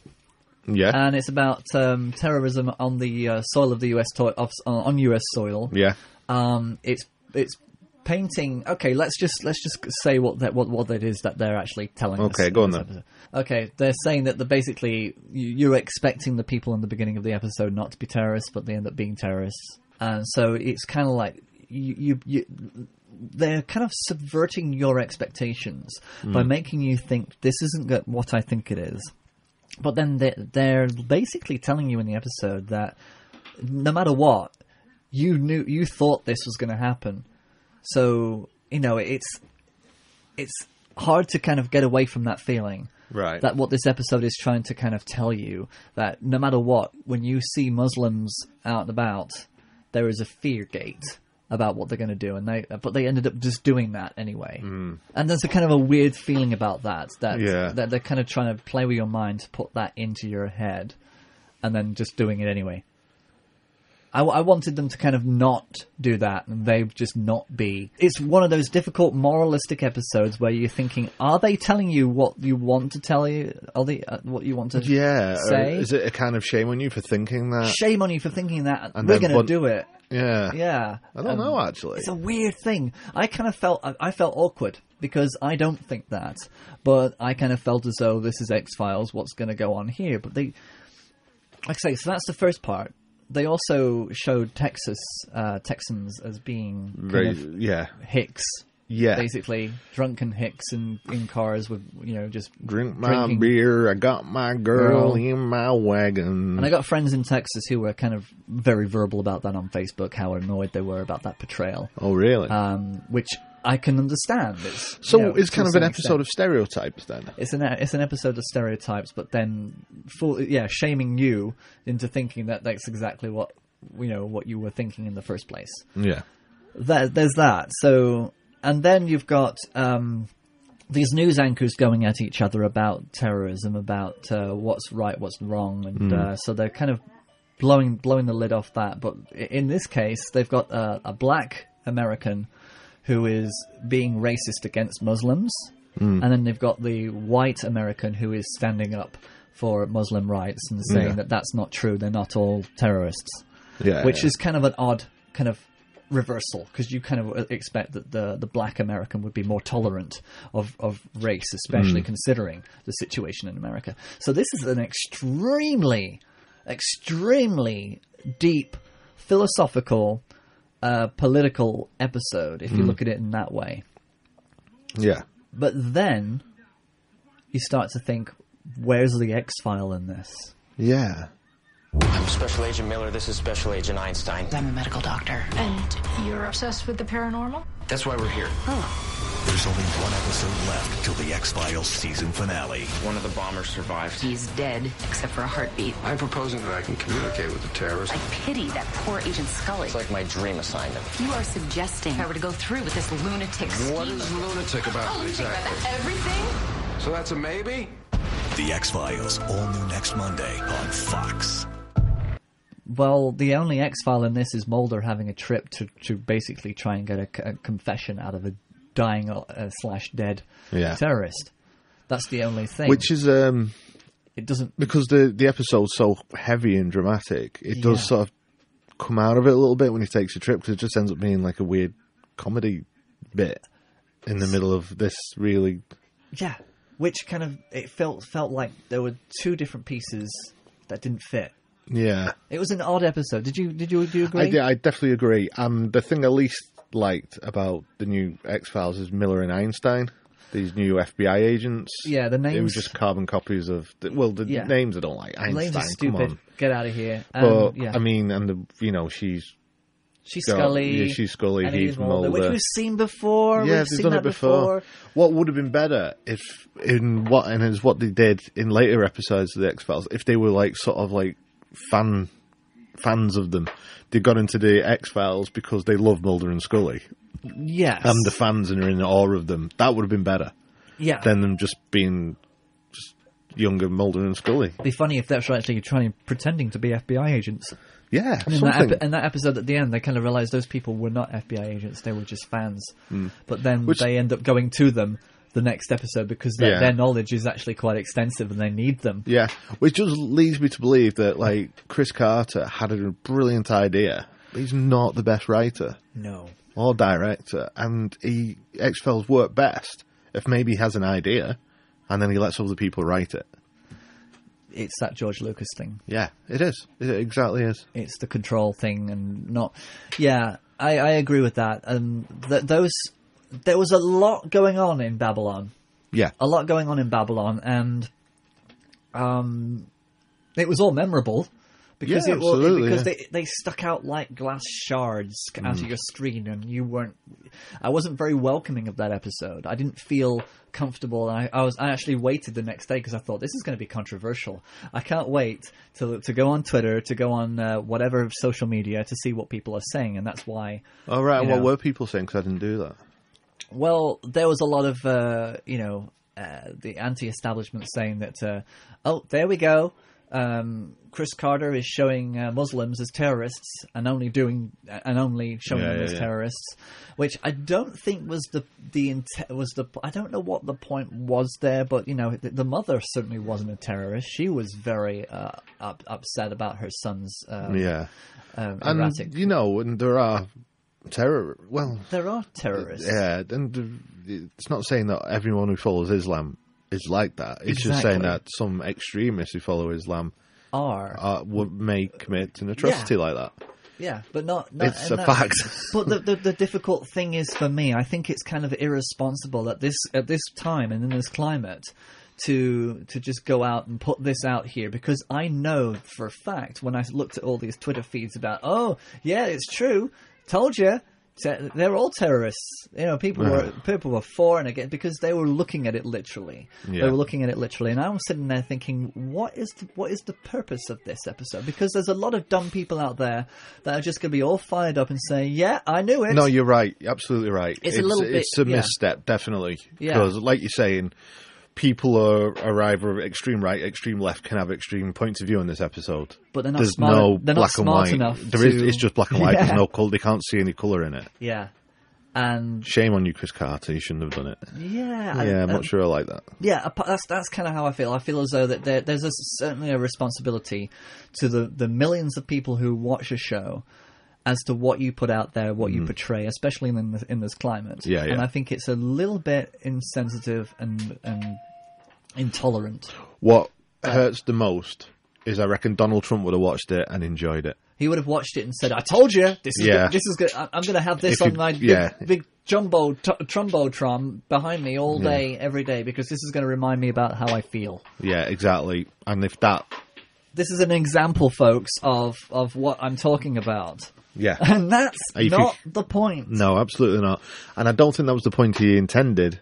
Yeah, and it's about um, terrorism on the uh, soil of the U.S. To- of, on U.S. soil. yeah. Um, it's it's painting. Okay, let's just let's just say what that what what it is that they're actually telling us. Okay, go on in this then. episode. Okay, they're saying that the basically you, you're expecting the people in the beginning of the episode not to be terrorists, but they end up being terrorists, and so it's kind of like you you. you they're kind of subverting your expectations Hmm. by Mm. making you think this isn't go- what I think it is. But then they're, they're basically telling you in the episode that no matter what, you knew you thought this was going to happen. So you know it's it's hard to kind of get away from that feeling. Right. That what this episode is trying to kind of tell you that no matter what, when you see Muslims out and about, there is a fear gate. about what they're going to do, and they but they ended up just doing that anyway. And there's a kind of a weird feeling about that that Mm. Yeah. that they're kind of trying to play with your mind to put that into your head, and then just doing it anyway. I, I wanted them to kind of not do that, and they just not be. It's one of those difficult moralistic episodes where you're thinking, are they telling you what you want to tell you? Are they uh, what you want to Yeah, or say? is it a kind of shame on you for thinking that? Shame on you for thinking that. And We're then going to one- do it. Yeah, Yeah. I don't Um, know actually. It's a weird thing. I kind of felt I I felt awkward because I don't think that, but I kind of felt as though this is X Files. What's going to go on here? But they, like I say, so that's the first part. They also showed Texas uh, Texans as being kind Very- of yeah. Hicks. Yeah. basically drunken Hicks in, in cars with you know just Drink my drinking beer. I got my girl, Girl. in my wagon. And I got friends in Texas who were kind of very verbal about that on Facebook, how annoyed they were about that portrayal. Oh, really? Um, which I can understand. It's, So you know, it's to kind of some an episode extent. of stereotypes then. It's an it's an episode of stereotypes, but then, full, yeah, shaming you into thinking that that's exactly what you know what you were thinking in the first place. Yeah. There, there's that. So, and then you've got um, these news anchors going at each other about terrorism, about uh, what's right, what's wrong, and Mm. uh, so they're kind of blowing blowing the lid off that. But i- in this case, they've got uh, a black American who is being racist against Muslims, Mm. and then they've got the white American who is standing up for Muslim rights and saying Yeah. that that's not true. They're not all terrorists, Yeah, which yeah. is kind of an odd kind of reversal because you kind of uh, expect that the the black American would be more tolerant of of race, especially Mm. considering the situation in America. So this is an extremely, extremely deep philosophical, uh, political episode if you Mm. look at it in that way. Yeah. But then you start to think, where's the X file in this? Yeah. I'm Special Agent Miller. This is Special Agent Einstein. I'm a medical doctor. And you're obsessed with the paranormal? That's why we're here. There's only one episode left till the X Files season finale. One of the bombers survived. He's dead, except for a heartbeat. I'm proposing that I can communicate with the terrorists. I pity that poor Agent Scully. It's like my dream assignment. You are suggesting if I were to go through with this lunatic What scheme. is lunatic about it exactly? Everything? So that's a maybe? The X Files, all new next Monday on Fox. Well, the only X file in this is Mulder having a trip to, to basically try and get a c- a, confession out of a dying uh, slash dead Yeah. terrorist. That's the only thing. Which is um it doesn't because the the episode's so heavy and dramatic. It does Yeah. sort of come out of it a little bit when he takes a trip because it just ends up being like a weird comedy bit in the middle of this really yeah, which kind of it felt felt like there were two different pieces that didn't fit. yeah. It was an odd episode. Did you did you do you agree? I, d- I definitely agree. Um, the thing I least liked about the new X Files is Miller and Einstein. These new FBI agents. Yeah, the They were names- just carbon copies of. The, well, the Yeah. names I don't like. Einstein, Names are come stupid. on. Get out of here. Um, but yeah. I mean, and the you know she's She's got- Scully. Yeah, she's Scully. and he's Mulder. which we've seen before. yeah, we've they've seen done that it before. before. What would have been better if in what and is what they did in later episodes of the X Files if they were like sort of like fan fans of them. They got into the X Files because they love Mulder and Scully. Yes. And the fans and are in awe of them. That would have been better. Yeah. Than them just being just younger Mulder and Scully. It'd be funny if that's actually trying pretending to be FBI agents. Yeah, And in that, something. epi- in that episode at the end, they kind of realised those people were not FBI agents; they were just fans. Mm. But then Which- they end up going to them the next episode because their, Yeah. their knowledge is actually quite extensive, and they need them. Yeah, which just leads me to believe that like Chris Carter had a brilliant idea. But he's not the best writer. No. Or director, and he X Files work best if maybe he has an idea, and then he lets other people write it. It's that George Lucas thing. Yeah, it is. It exactly is. It's the control thing, and not. Yeah, I, I agree with that. And th- those, there was a lot going on in Babylon. Yeah. a lot going on in Babylon, and um, it was all memorable because Yeah, it was absolutely, because yeah. they they stuck out like glass shards out of Mm. your screen, and you weren't. I wasn't very welcoming of that episode. I didn't feel comfortable. And I, I was I actually waited the next day because I thought this is going to be controversial. I can't wait to to go on Twitter, to go on uh, whatever social media to see what people are saying, and that's why. All right. you What know, were people saying? Because I didn't do that. well, there was a lot of uh, you know uh, the anti-establishment saying that uh, oh, there we go. Um, Chris Carter is showing uh, Muslims as terrorists and only doing uh, and only showing Yeah, them yeah, as yeah. terrorists, which I don't think was the the inte- was the I don't know what the point was there, but you know the, the mother certainly wasn't a terrorist. She was very uh, up, upset about her son's um, yeah. um, and erratic. you know, and there are terror. Well, There are terrorists. Yeah, and the- it's not saying that everyone who follows Islam is like that. It's just saying Exactly. that some extremists who follow Islam Are. are would may commit an atrocity like that. Yeah, but not. not It's and a that's- fact. <laughs> but the, the the difficult thing is for me, I think it's kind of irresponsible at this at this time and in this climate to to just go out and put this out here because I know for a fact when I looked at all these Twitter feeds about oh yeah it's true told you te- they're all terrorists you know people Uh-huh. were people were for and against because they were looking at it literally Yeah. they were looking at it literally and I was sitting there thinking what is the, what is the purpose of this episode because there's a lot of dumb people out there that are just going to be all fired up and say yeah I knew it No, you're right. You're absolutely right. It's a little bit- It's a yeah. misstep, definitely. Yeah. Because, like you're saying, people are, are either extreme right, extreme left, can have extreme points of view on this episode. But they're not There's smart- no they're not black and smart white. enough There is. to- It's just black <laughs> and white. Yeah. There's no color. They can't see any color in it. yeah and Shame on you, Chris Carter. You shouldn't have done it. Yeah, I- Yeah, I, am um, not sure I like that. Yeah, apa- that's that's kind of how I feel. I feel as though that there, there's a, certainly a responsibility to the the millions of people who watch a show as to what you put out there, what you portray, especially in this, in this climate. Mm. Yeah, yeah. And I think it's a little bit insensitive and and intolerant. What hurts the most is I reckon Donald Trump would have watched it and enjoyed it. He would have watched it and said, "I told you, this is Yeah. good, this is good. I- I'm going to have If this you- on my big, yeah. big jumbo t- trumbo trom behind me all day, every day, because this is going to remind me about how I feel." Yeah, exactly. And if that, this is an example, folks, of of what I'm talking about. yeah, <laughs> And that's Are you Mm. not the point. no, absolutely not. And I don't think that was the point he intended.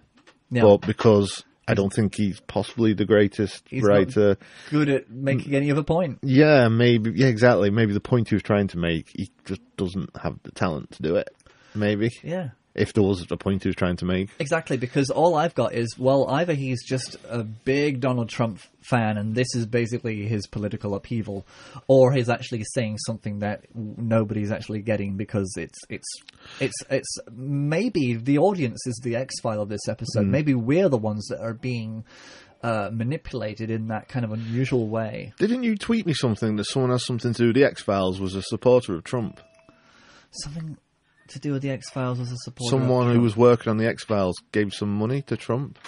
No. But because I don't think he's possibly the greatest He's not writer. Good mm. at making any other point. Yeah, maybe. Yeah, exactly. Maybe the point he was trying to make, he just doesn't have the talent to do it. Maybe. Yeah. If there was a point he was trying to make. Exactly, because all I've got is well, either he's just a big Donald Trump fan, and this is basically his political upheaval, or he's actually saying something that w- nobody's actually getting because it's it's it's it's maybe the audience is the X file of this episode. Mm. Maybe we're the ones that are being uh, manipulated in that kind of unusual way. Didn't you tweet me something that someone has something to do with the X Files was a supporter of Trump? Something to do with the X Files as a supporter. someone of who Trump. was working on the X Files gave some money to Trump?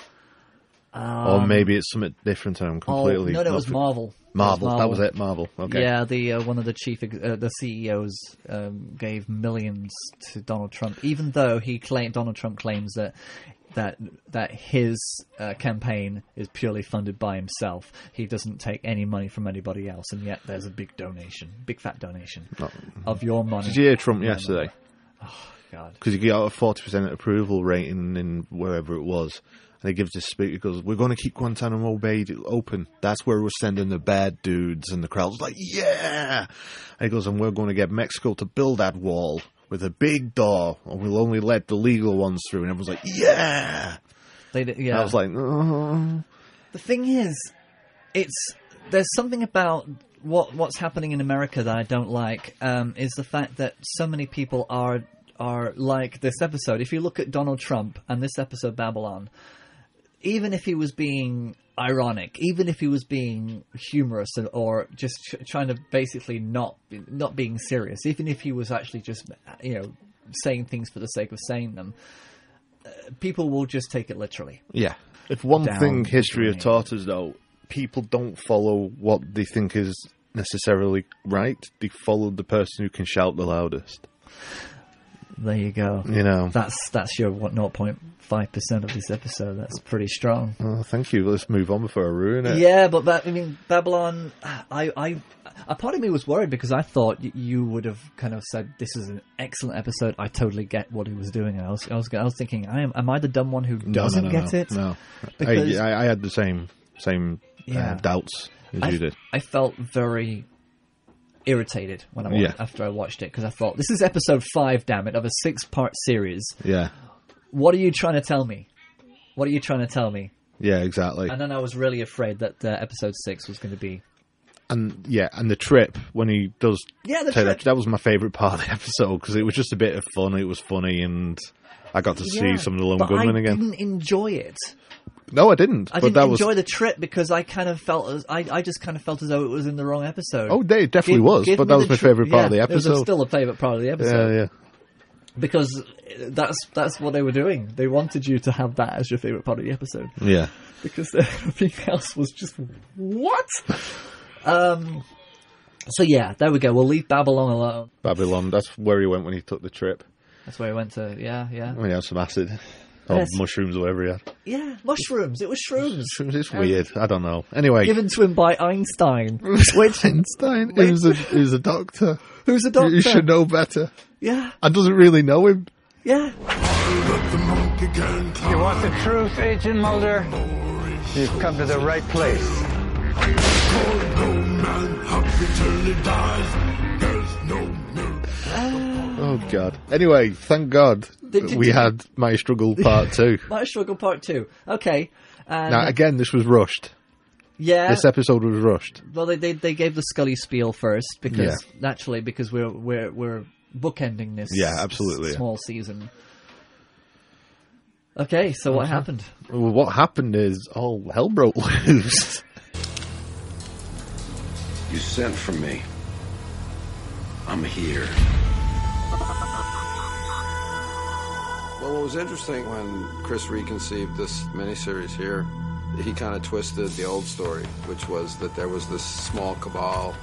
or Um, maybe it's something different and I'm completely. Oh, no, no, it not- was Marvel. Marvel, It that was it, Marvel, okay. Yeah, the uh, one of the chief, ex- uh, the CEOs um, gave millions to Donald Trump, even though he claimed Donald Trump claims that that that his uh, campaign is purely funded by himself. He doesn't take any money from anybody else, and yet there's a big donation, big fat donation Not- of your Oh. money. Did you hear Trump yesterday? God. Because he got a forty percent approval rating in wherever it was, and he gives this speech. He goes, "We're going to keep Guantanamo Bay d- open. That's where we're sending the bad dudes." And the crowd's like, "Yeah!" And he goes, "And we're going to get Mexico to build that wall with a big door, and we'll only let the legal ones through." And everyone's like, "Yeah!" They, did- yeah. I was like, "Oh." The thing is, it's there's something about what what's happening in America that I don't like. Um, is the fact that so many people are are like this episode. If you look at Donald Trump and this episode Babylon, even if he was being ironic, even if he was being humorous and, or just tr- trying to basically not be- not being serious, even if he was actually just you know saying things for the sake of saying them, uh, people will just take it literally. Yeah. If one Down thing history has taught us, though, people don't follow what they think is necessarily right. They follow the person who can shout the loudest. There you go. You know. that's that's your what 0.5 percent of this episode. That's pretty strong. Oh, thank you. Let's move on before I ruin it. Yeah, but that, I mean, Babylon. I, I, a part of me was worried because I thought y- you would have kind of said this is an excellent episode. I totally get what he was doing. And I was, I was, I was thinking, I am, am I the dumb one who No, doesn't no, no, get no, it? No, Because- I, I, I had the same same Yeah. uh, doubts as I, you did. I felt very irritated when I watched, Yeah. after I watched it because I thought this is episode five, damn it, of a six part series. Yeah, What are you trying to tell me? What are you trying to tell me? yeah, exactly. and And, then I was really afraid that uh, episode six was going to be yeah, and the trip when he does. Yeah, the take that- trip. that was my favorite part of the <laughs> episode because it was just a bit of fun. It was funny, and I got to see Yeah, some of the Lone but Gunmen I again. didn't enjoy it. No, I didn't. I but didn't that enjoy was. the trip because I kind of felt as I, I just kind of felt as though it was in the wrong episode. Oh, they- it definitely was, but me that was the my trip- favourite part of yeah, the It was episode. still a favorite part of the episode yeah, yeah. because that's that's what they were doing. They wanted you to have that as your favorite part of the episode. Yeah. because <laughs> everything else was just what. Um. So yeah, there we go. We'll leave Babylon alone. Babylon. That's where he went when he took the trip. That's where he went to. Yeah, yeah, When he had some acid or Yes. mushrooms or whatever he had. <laughs> yeah. Mushrooms. It was shrooms. It's Um, weird. I don't know. Anyway, <laughs> Given to him by <laughs> Einstein. Which Einstein who's a who's a <laughs> doctor. Who's a doctor? You should know better. Yeah. I doesn't really know him. Yeah. You want the truth, Agent Mulder? You've come to the right place. Oh God. Anyway, thank God Did- did we you- had my <laughs> struggle part two. My struggle part two. Okay. Um, now again, this was rushed. yeah. This episode was rushed. well, they, they they gave the Scully spiel first because Yeah. naturally because we're we're we're bookending this. Yeah, absolutely. Small season. Okay, so what happened? Well, what happened is all hell broke loose. <laughs> You sent for me. I'm here. Well, what was interesting when Chris reconceived this miniseries here, he kind of twisted the old story, which was that there was this small cabal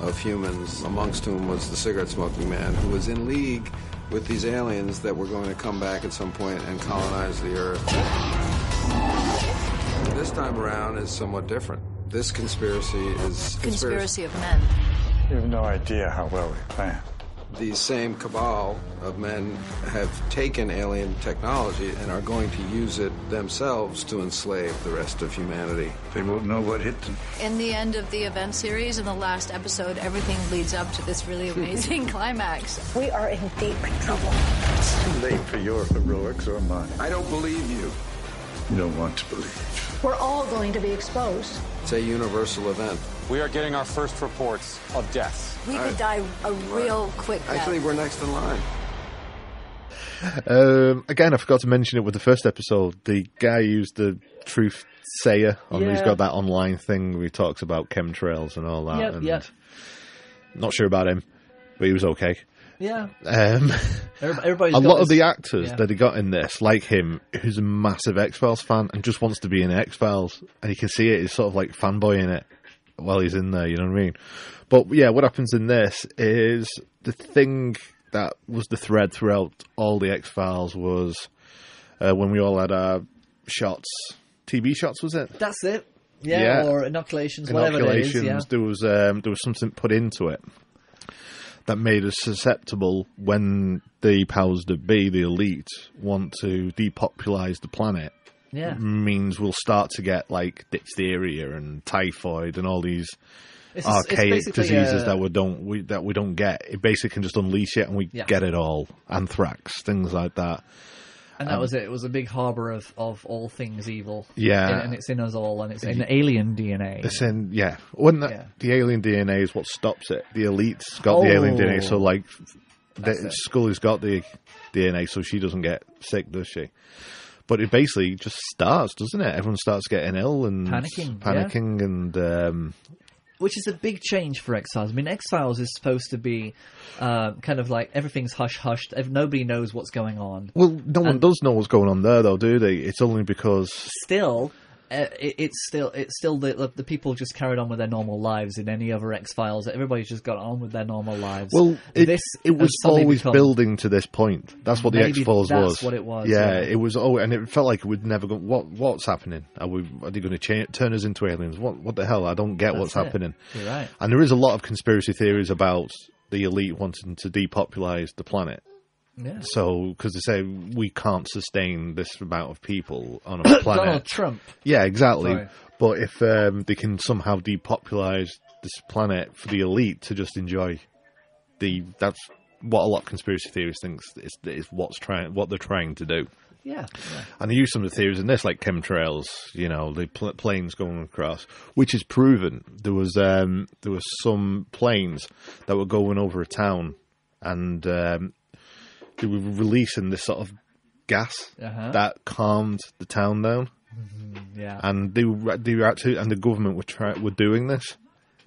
of humans, amongst whom was the cigarette smoking man, who was in league with these aliens that were going to come back at some point and colonize the Earth. This time around is somewhat different. This conspiracy is Conspiracy of men. You have no idea how well we planned. these same cabal of men have taken alien technology and are going to use it themselves to enslave the rest of humanity. They won't know what hit them. In the end of the event series, in the last episode, everything leads up to this really amazing climax. We are in deep trouble. It's too late for your heroics or mine. I don't believe you. You don't want to believe. We're all going to be exposed. It's a universal event. We are getting our first reports of deaths. We could die a real quick I death. think we're next in line. Um, again, I forgot to mention it with the first episode. The guy used the truth sayer, and he's Yeah. got that online thing where he talks about chemtrails and all that. Yep, and yep. Not sure about him, but he was okay. Yeah. Um, <laughs> Everybody, everybody's a got lot of this- the actors yeah. that he got in this, like him, who's a massive X Files fan and just wants to be in X Files, and you can see it, he's sort of like fanboying it while he's in there, you know what I mean? But yeah, what happens in this is the thing that was the thread throughout all the X Files was uh, when we all had our shots, TV shots, was it? That's it. Yeah, Yeah. or inoculations, whatever it is. Yeah. Inoculations, There was um, there was something put into it that made us susceptible when the powers that be, the elite, want to depopulise the planet. Yeah. means we'll start to get like diphtheria and typhoid and all these It's just- it's archaic basically uh, diseases a- that we don't we, that we don't get. It basically can just unleash it and we Yeah. get it all. Anthrax, things like that. And that Um, was it. It was a big harbour of, of all things evil. Yeah. And, and it's in us all, and it's in alien DNA. It's in yeah. Wouldn't that the alien DNA is what stops it? The elite's got the alien DNA, so Oh. like the, Scully's got the DNA, so she doesn't get sick, does she? But it basically just starts, doesn't it? Everyone starts getting ill and Panicking, yeah. panicking, and um, Which is a big change for X Files. I mean, X Files is supposed to be uh, kind of like everything's hush hushed, ev- nobody knows what's going on. well, no one And- does know what's going on there, though, do they? It's only because Still, uh, it, it's still it's still the, the the people just carried on with their normal lives in any other X Files. Everybody's just got on with their normal lives. Well, it, this it was has suddenly always become- building to this point. That's what the Maybe X Files that's was. what it was, Yeah, yeah. it was. Oh, and it felt like we'd never go. What What's happening? Are we? Are they going to cha- turn us into aliens? What What the hell? I don't get what's That's it. happening. You're right. And there is a lot of conspiracy theories about the elite wanting to depopulise the planet. Yeah. So, because they say we can't sustain this amount of people on <coughs> a planet. Donald Trump. Yeah, exactly. Sorry. But if um, they can somehow depopulise this planet for the elite to just enjoy, the that's what a lot of conspiracy theorists thinks is, is what's trying what they're trying to do. Yeah. And they use some of the theories in this, like chemtrails, you know, the pl- planes going across, which is proven. There was um, there was some planes that were going over a town, and um, they were releasing this sort of gas Uh-huh. that calmed the town down. yeah. And they were they were actually, and the government were try, were doing this.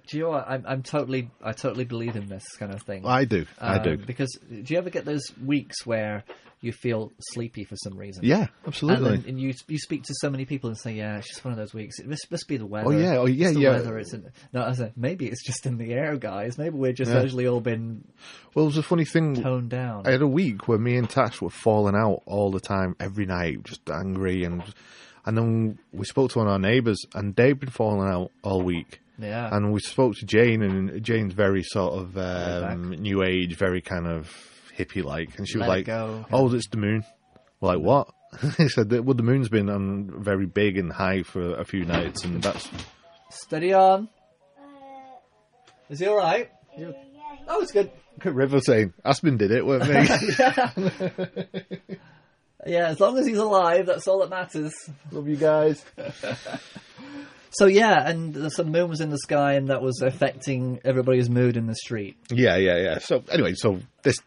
Do you know what? I'm, I'm totally, I totally believe in this kind of thing. I do. I do. Um, Because do you ever get those weeks where you feel sleepy for some reason? Yeah, And absolutely. then- And, you you speak to so many people and say, yeah, it's just one of those weeks. It must, must be the weather. Oh, yeah. Oh, yeah, It's the yeah. Weather. It's in, no, I said maybe it's just in the air, guys. Maybe we're just Yeah. actually all been Well, it was a funny thing. toned down. I had a week where me and Tash were falling out all the time, every night, just angry, and and then we spoke to one of our neighbours, and they've been falling out all week. Yeah. And we spoke to Jane, and Jane's very sort of um, new age, very kind of hippie like, and she was Let it like, go. "Oh, it's the moon." We're like, "What?" <laughs> He said, "Well, the moon's been um, very big and high for a few nights, and that's Steady on. Is he all right? You- Oh, it's good. River saying Aspen did it, weren't me." Yeah, as long as he's alive, that's all that matters. Love you <laughs> guys. so yeah, and the sun moon was in the sky, and that was affecting everybody's mood in the street. Yeah, yeah, yeah. So anyway, so this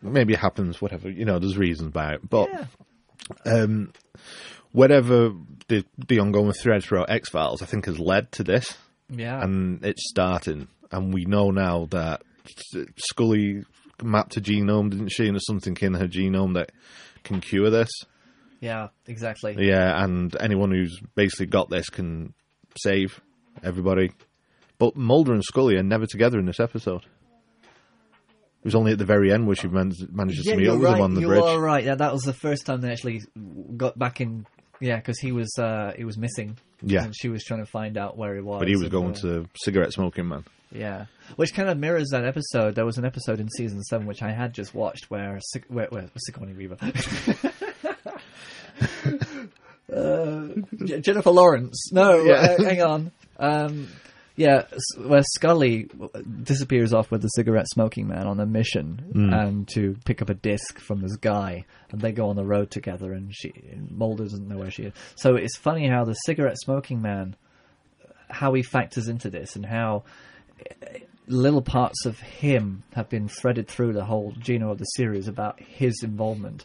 maybe it happens, whatever. You know, there's reasons by it, but um, whatever the the ongoing thread throughout X Files, I think, has led to this. Yeah. and it's starting, and we know now that S- Scully mapped a genome, didn't she, and there's something in her genome that can cure this. Yeah, exactly. Yeah, and anyone who's basically got this can save everybody. But Mulder and Scully are never together in this episode. It was only at the very end where she man- manages Yeah, to meet you're up with right. him on the you bridge. are right. Yeah, that was the first time they actually got back in. Yeah, because he was uh, he was missing. Yeah. and she was trying to find out where he was. But he was and, going uh, to cigarette smoking man. Yeah, which kind of mirrors that episode. There was an episode in season seven which I had just watched where Sig- where, where Sigourney Weaver, <laughs> uh, J- Jennifer Lawrence. No, Yeah. uh, <laughs> hang on. Um, yeah, s- where Scully w- disappears off with the cigarette smoking man on a mission Mm. and to pick up a disc from this guy, and they go on the road together, and she Mulder doesn't know where she is. So it's funny how the cigarette smoking man how he factors into this and how little parts of him have been threaded through the whole genome of the series about his involvement.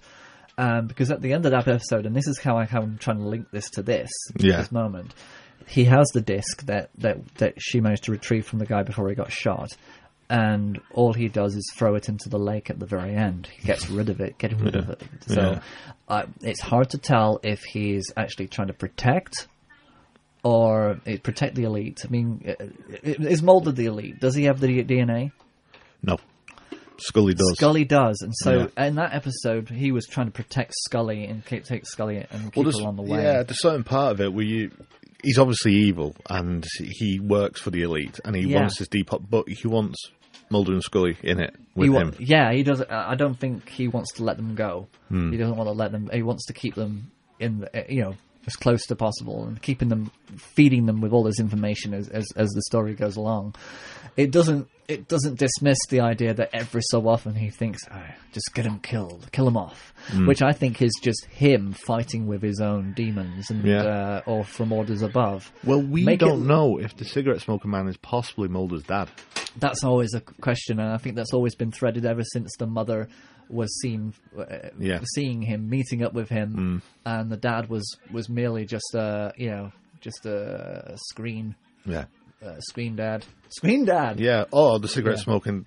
Um, because at the end of that episode, and this is how, I, how I'm trying to link this to this at Yeah. this moment, he has the disc that, that, that she managed to retrieve from the guy before he got shot. And all he does is throw it into the lake at the very end. He gets rid of it, getting rid of Yeah. it. So Yeah. I, it's hard to tell if he's actually trying to protect or it, protect the elite. I mean, uh, is Mulder the elite? Does he have the DNA? No. Scully does. Scully does, and so in that episode, he was trying to protect Scully and keep, take Scully and keep there's- her on the way. Yeah, there's certain part of it where you. He's obviously evil and he works for the elite and he Yeah. wants his depop, but he wants Mulder and Scully in it he with wa- him. Yeah, he does. I I don't think he wants to let them go. Hmm. He doesn't want to let them. He wants to keep them in, the, you know, as close to possible and keeping them, feeding them with all this information as, as as the story goes along. It doesn't. It doesn't dismiss the idea that every so often he thinks, oh, just get him killed, kill him off, Hmm. which I think is just him fighting with his own demons and Yeah. uh, or from orders above. Well, we Make it don't know if the cigarette smoker man is possibly Mulder's dad. that's always a question, and I think that's always been threaded ever since the mother was seen, uh, Yeah. seeing him, meeting up with him, Mm. and the dad was was merely just a you know just a screen, Yeah. uh, screen dad, screen dad. Yeah, or Oh, the cigarette Yeah. smoking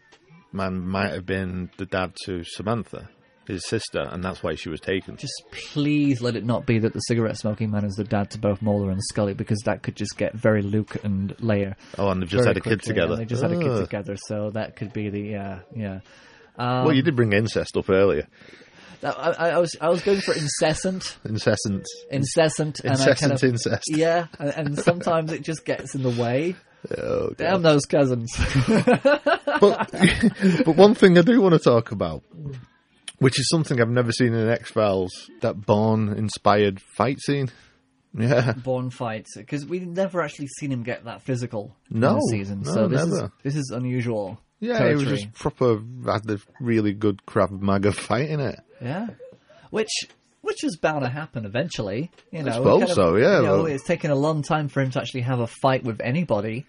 man might have been the dad to Samantha. his sister, and that's why she was taken. Just please let it not be that the cigarette smoking man is the dad to both Mulder and Scully, because that could just get very Luke and Leia. Oh, and they've just very had a kid quickly, together. and They just had a kid Ugh. together, so that could be the yeah, yeah. Um, well, you did bring incest up earlier. I, I- I was I was going for incessant, Incessant. incessant, and I kind Incessant of, incest. Yeah, and, and sometimes it just gets in the way. Oh, God. Damn those cousins. <laughs> but one thing I do want to talk about, which is something I've never seen in X Files, that Bourne inspired fight scene. <laughs> Yeah. Born fights because we've never actually seen him get that physical No, in the season. no, so this is never. this is unusual. Yeah, it territory. was just proper, had the really good Krav Maga fight in it. Yeah, which which was bound to happen eventually. You know, suppose kind of- so, yeah, you know, but- it's taken a long time for him to actually have a fight with anybody.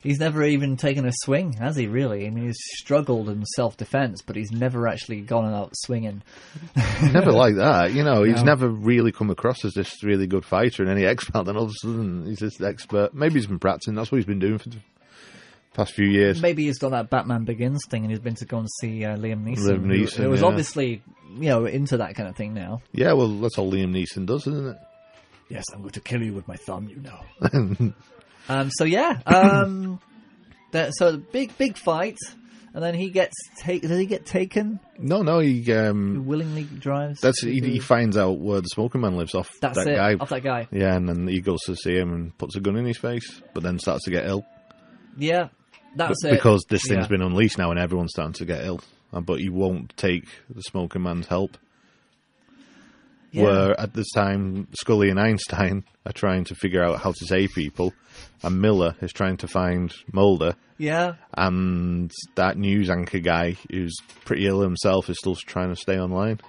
He's never even taken a swing, has he? Really? I mean, he's struggled in self-defense, but he's never actually gone out swinging. never like that. You know, he's No. never really come across as this really good fighter in any <laughs> X File. Then all of a sudden, he's this expert. Maybe he's been practicing. That's what he's been doing for the past few years. Maybe he's done that Batman Begins thing, and he's been to go and see uh, Liam Neeson. Liam who- Neeson, who was yeah. obviously you know into that kind of thing now. Yeah, well, that's all Liam Neeson does, isn't Yes, I'm going to kill you with my thumb. You know. <laughs> it? Um, so yeah, um, <coughs> that, so the big big fight, and then he gets take. Does he get taken? no, no, he. Who Um, willingly drives? that's he, he finds out where the smoking man lives off That's that it, guy. off that guy. Yeah, and then he goes to see him and puts a gun in his face, but then starts to get ill. yeah, that's B- it. Because this thing's Yeah. been unleashed now and everyone's starting to get ill. Uh, But he won't take the smoking man's help. Yeah. Where at this time, Scully and Einstein are trying to figure out how to save people, and Miller is trying to find Mulder. Yeah. And that news anchor guy, who's pretty ill himself, is still trying to stay online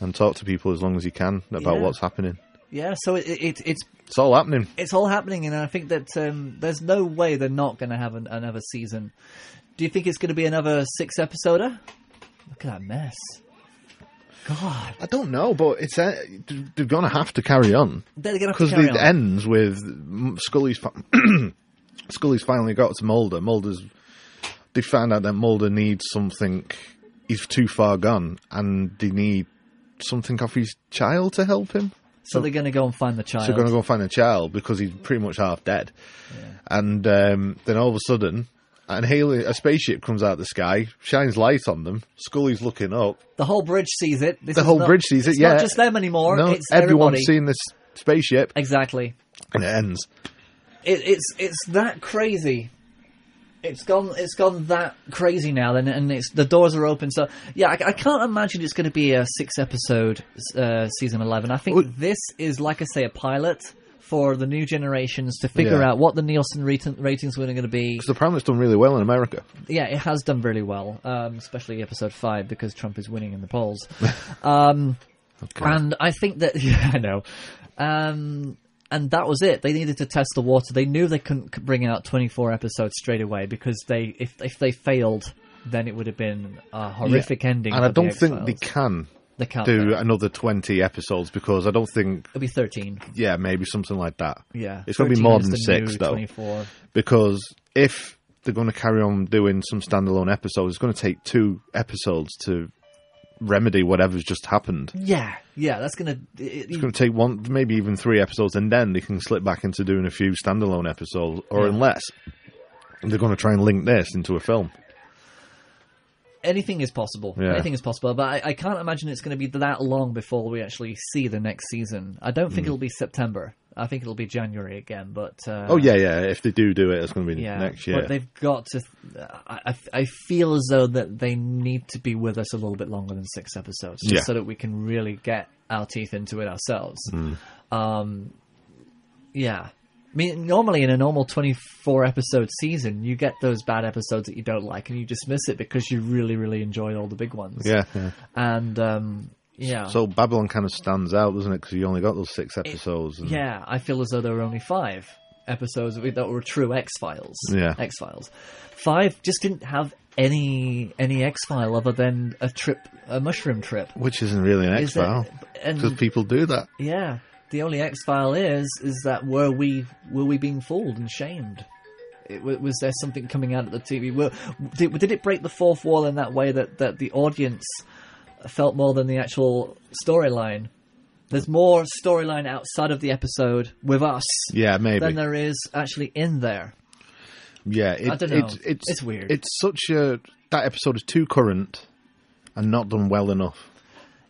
and talk to people as long as he can about Yeah. what's happening. yeah. So it, it it's It's all happening. it's all happening, and I think that um, there's no way they're not going to have an, another season. Do you think it's going to be another six episoder? Look at that mess. God, I don't know, but it's uh, they're going to have to carry on. They're gonna have to because carry it on. ends with mm, Scully's. Fi- <clears throat> Scully's finally got to Mulder. Mulder's. They find out that Mulder needs something. He's too far gone, and they need something off his child to help him. so, they're going to go and find the child. So they're going to go and find a child because he's pretty much half dead. And um, then all of a sudden, an alien, a spaceship comes out of the sky, shines light on them. Scully's looking up. The whole bridge sees it. This the is whole not- bridge sees it. It's yeah, not just them anymore. No, it's everyone's everybody. seen this spaceship, Exactly. and it ends. it, it's it's that crazy. It's gone. It's gone that crazy now, and and it's the doors are open. So yeah, I, I can't imagine it's going to be a six episode uh, season eleven. I think this is like I say a pilot for the new generations to figure Yeah. out what the Nielsen rating, ratings were going to be. Because the Primate's done really well in America. Yeah, it has done really well, um, especially episode five because Trump is winning in <laughs> the polls. Um, And I think that <laughs> yeah, I know. Um, and that was it. They needed to test the water. They knew they couldn't c- bring out twenty four episodes straight away because they if if they failed, then it would have been a horrific Yeah. ending. And I for the don't think they X-Files. can. They can't, do no. another twenty episodes because I don't think it'll be thirteen. Yeah, maybe something like that. Yeah, it's going to be 13 more is than the six new though. 24. Because if they're going to carry on doing some standalone episodes, it's going to take two episodes to remedy whatever's just happened. Yeah, yeah, that's gonna. It, It's going to take one, maybe even three episodes, and then they can slip back into doing a few standalone episodes, or Yeah. unless they're going to try and link this into a film. anything is possible. Yeah. Anything is possible, but I, I can't imagine it's going to be that long before we actually see the next season. I don't think Mm. it'll be September. I think it'll be January again. But uh, oh yeah, yeah. If they do do it, it's going to be yeah. next year. But they've got to. I, I- I feel as though that they need to be with us a little bit longer than six episodes, just Yeah. so that we can really get our teeth into it ourselves. Mm. Um, yeah. I mean, normally in a normal 24 episode season, you get those bad episodes that you don't like and you dismiss it because you really, really enjoy all the big ones. Yeah, yeah. And, um, yeah. So Babylon kind of stands out, doesn't it? Because you only got those six episodes. and- Yeah, I feel as though there were only five episodes that we- that were true X Files. Yeah. X Files. Five just didn't have any any X File other than a trip, a mushroom trip. Which isn't really an X Is it- file, and- because people do that. Yeah, the only X File is is that were we were we being fooled and shamed? It, wa- was there something coming out at the TV? Were, did, did it break the fourth wall in that way that that the audience felt more than the actual storyline. There's more storyline outside of the episode with us Yeah, maybe. than there is actually in there. Yeah, it, I don't know. It's, it's It's weird. It's such a that episode is too current and not done well enough.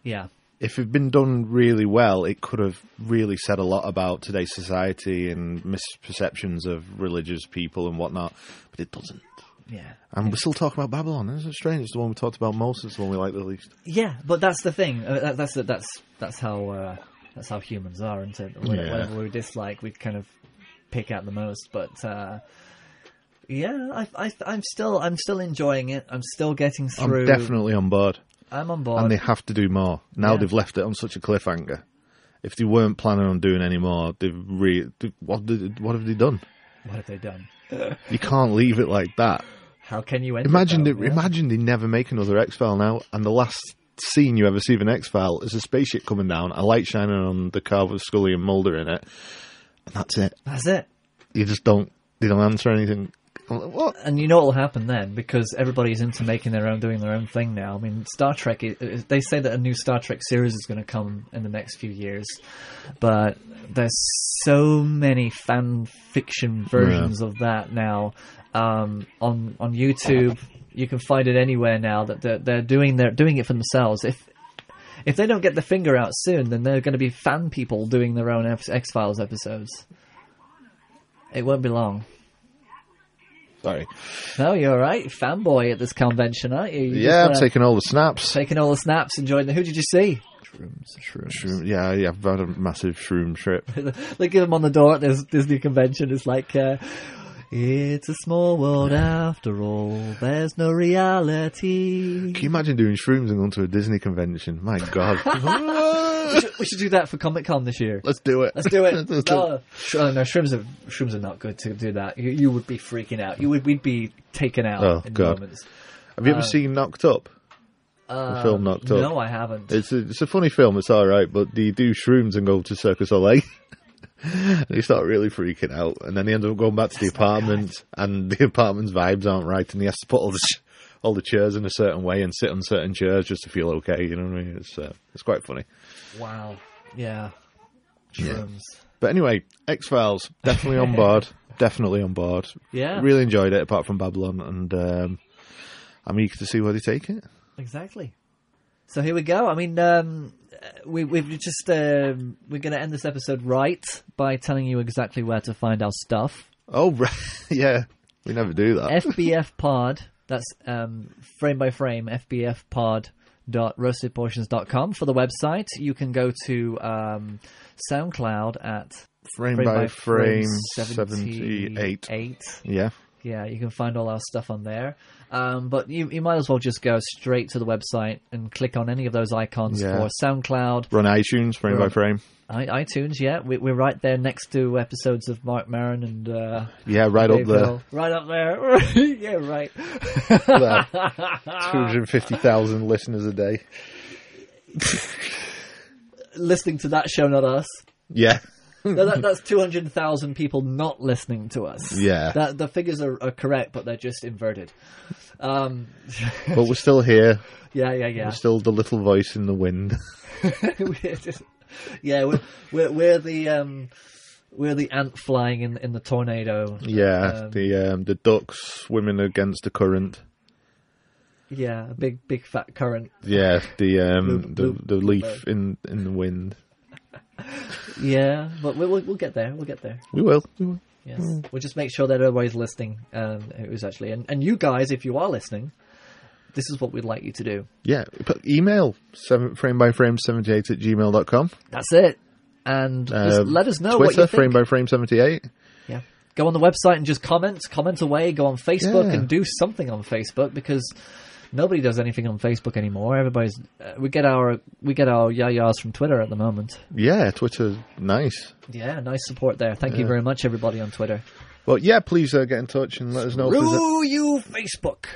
Yeah. If it'd been done really well, it could have really said a lot about today's society and misperceptions of religious people and whatnot. But it doesn't. Yeah. And we're still talking about Babylon. Isn't it strange? It's the one we talked about most. It's the one we like the least. Yeah, but that's the thing. Uh, that, that's that's that's how uh, that's how humans are, isn't it? Whatever, Yeah. whatever we dislike, we kind of pick out the most. But uh, yeah, I, I, I'm still I'm still enjoying it. I'm still getting through. I'm definitely on board. I'm on board. And they have to do more. Now Yeah. they've left it on such a cliffhanger. If they weren't planning on doing any more, they've re- they- what, did, what have they done? What have they done? You can't leave it like that. How can you end? Imagine it, they, though? Yeah. imagine they never make another X File now, and the last scene you ever see of an X File is a spaceship coming down, a light shining on the car with Scully and Mulder in it, and that's it. That's it. You just don't. They don't answer anything. And you know what will happen then, because everybody's into making their own, doing their own thing now. I mean, Star Trek. i- i- They say that a new Star Trek series is going to come in the next few years, but there's so many fan fiction versions of that now um, on on YouTube. You can find it anywhere now. That they're, they're doing they're doing it for themselves. If if they don't get the finger out soon, then they're going to be fan people doing their own X Files episodes. It won't be long. Sorry. No, you're all right. Fanboy at this convention, aren't you? You just Yeah, I'm wanna- taking all the snaps. taking all the snaps, enjoying the. Who did you see? Shroom, yeah, yeah, I've had a massive shroom trip. they give them on the door at this Disney convention. It's like, uh, it's a small world after all. There's no reality. Can you imagine doing shrooms and going to a Disney convention? My <laughs> God. <laughs> we, should, we should do that for Comic Con this year. Let's do it. Let's do <laughs> it. Let's do no, sh- oh, no, shrooms are shrooms are not good to do that. You, you would be freaking out. You would we'd be taken out. Oh, in God. Moments. Have you ever Uh, seen Knocked Up? Uh, the film Knocked Up. No, I haven't. It's a, it's a funny film. It's all right, but they do shrooms and go to Circus Soleil. <laughs> and they start really freaking out, and then they end up going back to the apartment, and the apartment's vibes aren't right, and he has to put all the ch- all the chairs in a certain way and sit on certain chairs just to feel okay. You know what I mean? It's uh, it's quite funny. Wow. Yeah. Shrooms. But anyway, X Files definitely on <laughs> board. definitely on board. Yeah. really enjoyed it. Apart from Babylon, and um, I'm eager to see where they take it. Exactly. So here we go. I mean, um, uh, we, we've just um, we're going to end this episode right by telling you exactly where to find our <laughs> stuff. Oh, right. yeah, we never do that. FBF Pod. That's um, frame by frame. FBF Pod. Dot roastedportions.com for the website. You can go to um, SoundCloud at Frame by frame 78. Yeah. Yeah, you can find all our stuff on there. Um, but you, you might as well just go straight to the website and click on any of those icons Yeah. for SoundCloud. Run iTunes frame We're by on- frame. I, iTunes, yeah. We, we're right there next to episodes of Mark Maron and. Uh, Yeah, right Dave up there. Hill. Right up there. <laughs> yeah, right. There. 250,000 listeners a day. listening to that show, <laughs> not us. Yeah. No, that, that's 200,000 people not listening to us. Yeah. That, the figures are, are correct, but they're just inverted. Um, But we're still here. Yeah, yeah, yeah. We're still the little voice in the wind. <laughs> <laughs> We're just- yeah, we're, we're, we're the. Um, we're the ant flying in in the tornado. Yeah, Um, the um, the ducks swimming against the current. yeah, a big big fat current. Yeah, the um Loop, the, loop, the leaf loop. in in the wind. Yeah, but we, we'll we'll get there. We'll get there. We will. We will. Yes. We'll just make sure that everybody's listening, um, who's actually, and, and you guys, if you are listening, this is what we'd like you to do. Yeah, but email seven, frame by frame 78 at gmail.com. That's it. And just let us know Um, Twitter, what you think. frame by frame 78. yeah. Go on the website and just comment, comment away. Go on Facebook Yeah. and do something on Facebook because nobody does anything on Facebook anymore. Everybody's uh, we get our we get our yayas from Twitter at the moment. Yeah, Twitter's nice. Yeah, nice support there. Thank you Yeah. very much, everybody on Twitter. Well, yeah, please uh, get in touch and let us know. if there's a- Rue you Facebook.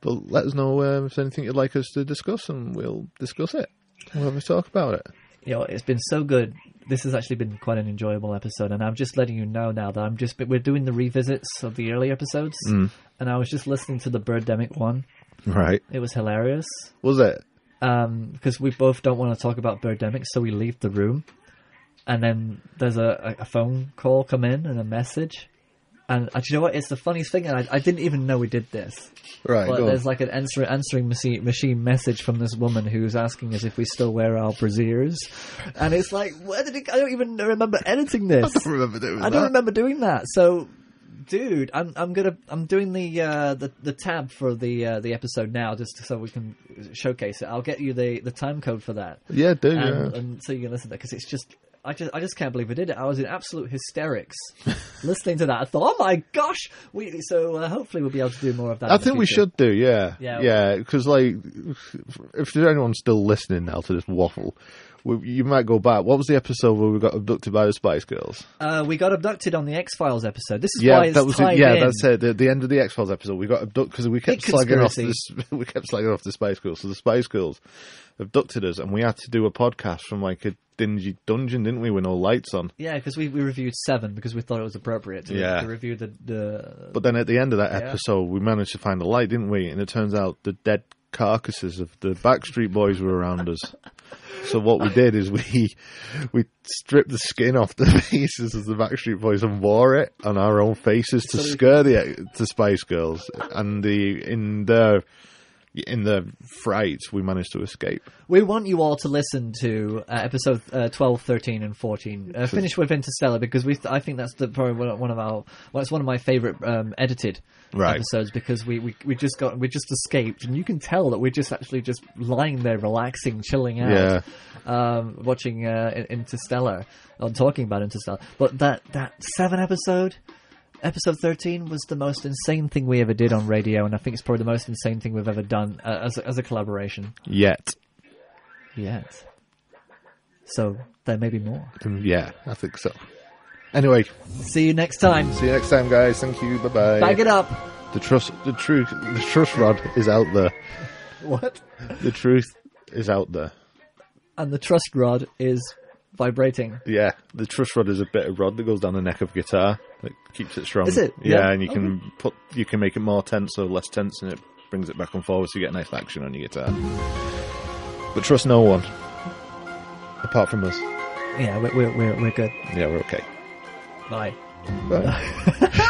But let us know um, if there's anything you'd like us to discuss, and we'll discuss it. We'll have a talk about it. you know, it's been so good. This has actually been quite an enjoyable episode, and I'm just letting you know now that I'm just we're doing the revisits of the early episodes, Mm. and I was just listening to the Birdemic one. Right? It was hilarious. Was it? um, because we both don't want to talk about Birdemic, so we leave the room. And then there's a, a phone call come in and a message. And uh, do you know what? It's the funniest thing, and I, I didn't even know we did this. Right, But go on. there's like an answer, answering machine, machine message from this woman who's asking us if we still wear our brasiers. And it's like, where did it, I don't even remember editing <laughs> this. I don't <laughs> remember doing I don't that. remember doing that. So, dude, I'm I'm gonna I'm doing the uh, the the tab for the uh, the episode now just so we can showcase it. I'll get you the the time code for that. Yeah, do, and, yeah. and so you can listen to because it's just. I just, I just can't believe we did it. I was in <laughs> absolute hysterics listening to that. I thought, oh my gosh! We so uh, hopefully we'll be able to do more of that. I in the think we future. should do, yeah, Yeah. yeah, because like, if there's anyone still listening now to this waffle, we, you might go back. What was the episode where we got abducted by the Spice Girls? Uh, we got abducted on the X Files episode. This is yeah, why it's that was tied it. yeah, in. that's it. The, the end of the X Files episode, we got abducted because we kept Big slagging off conspiracy. this, <laughs> we kept slagging off the Spice Girls. So the Spice Girls abducted us, and we had to do a podcast from like a dingy dungeon, didn't we? With no lights on. Yeah, because we, we reviewed seven because we thought it was appropriate to, Yeah. to review the, the But then at the end of that Yeah. episode, we managed to find a light, didn't we? And it turns out the dead carcasses of the Backstreet Boys were around us. So what we did is we we stripped the skin off the <laughs> faces of the Backstreet Boys and wore it on our own faces to So we- scare the to Spice Girls. And the in their in their fright, we managed to escape. We want you all to listen to uh, episode uh, 12, 13, and 14. Uh, finish with Interstellar because we I think that's the, probably one one of our well, it's one of my favorite um, edited Right. episodes because we, we we just got we just escaped and you can tell that we're just actually just lying there relaxing, chilling out, Yeah. um, watching uh, In- Interstellar or talking about Interstellar. But that that seven episode. Episode 13 was the most insane thing we ever did on radio, and I think it's probably the most insane thing we've ever done uh, as, a, as a collaboration Yet, yet. So there may be more. yeah, I think so. Anyway, see you next time. See you next time, guys. Thank you. Bye bye. Bag it up. The trust, the truth, the trust rod is out there. What? The truth is out there. And the trust rod is vibrating. Yeah, the truss rod is a bit of rod that goes down the neck of guitar that keeps it strong. Is it? Yeah, Yeah. and you can put you can make it more tense or less tense, and it brings it back and forward, so you get nice action on your guitar. But trust no one apart from us. Yeah, we're, we're, we're, we're good. Yeah, we're okay. Bye. Bye.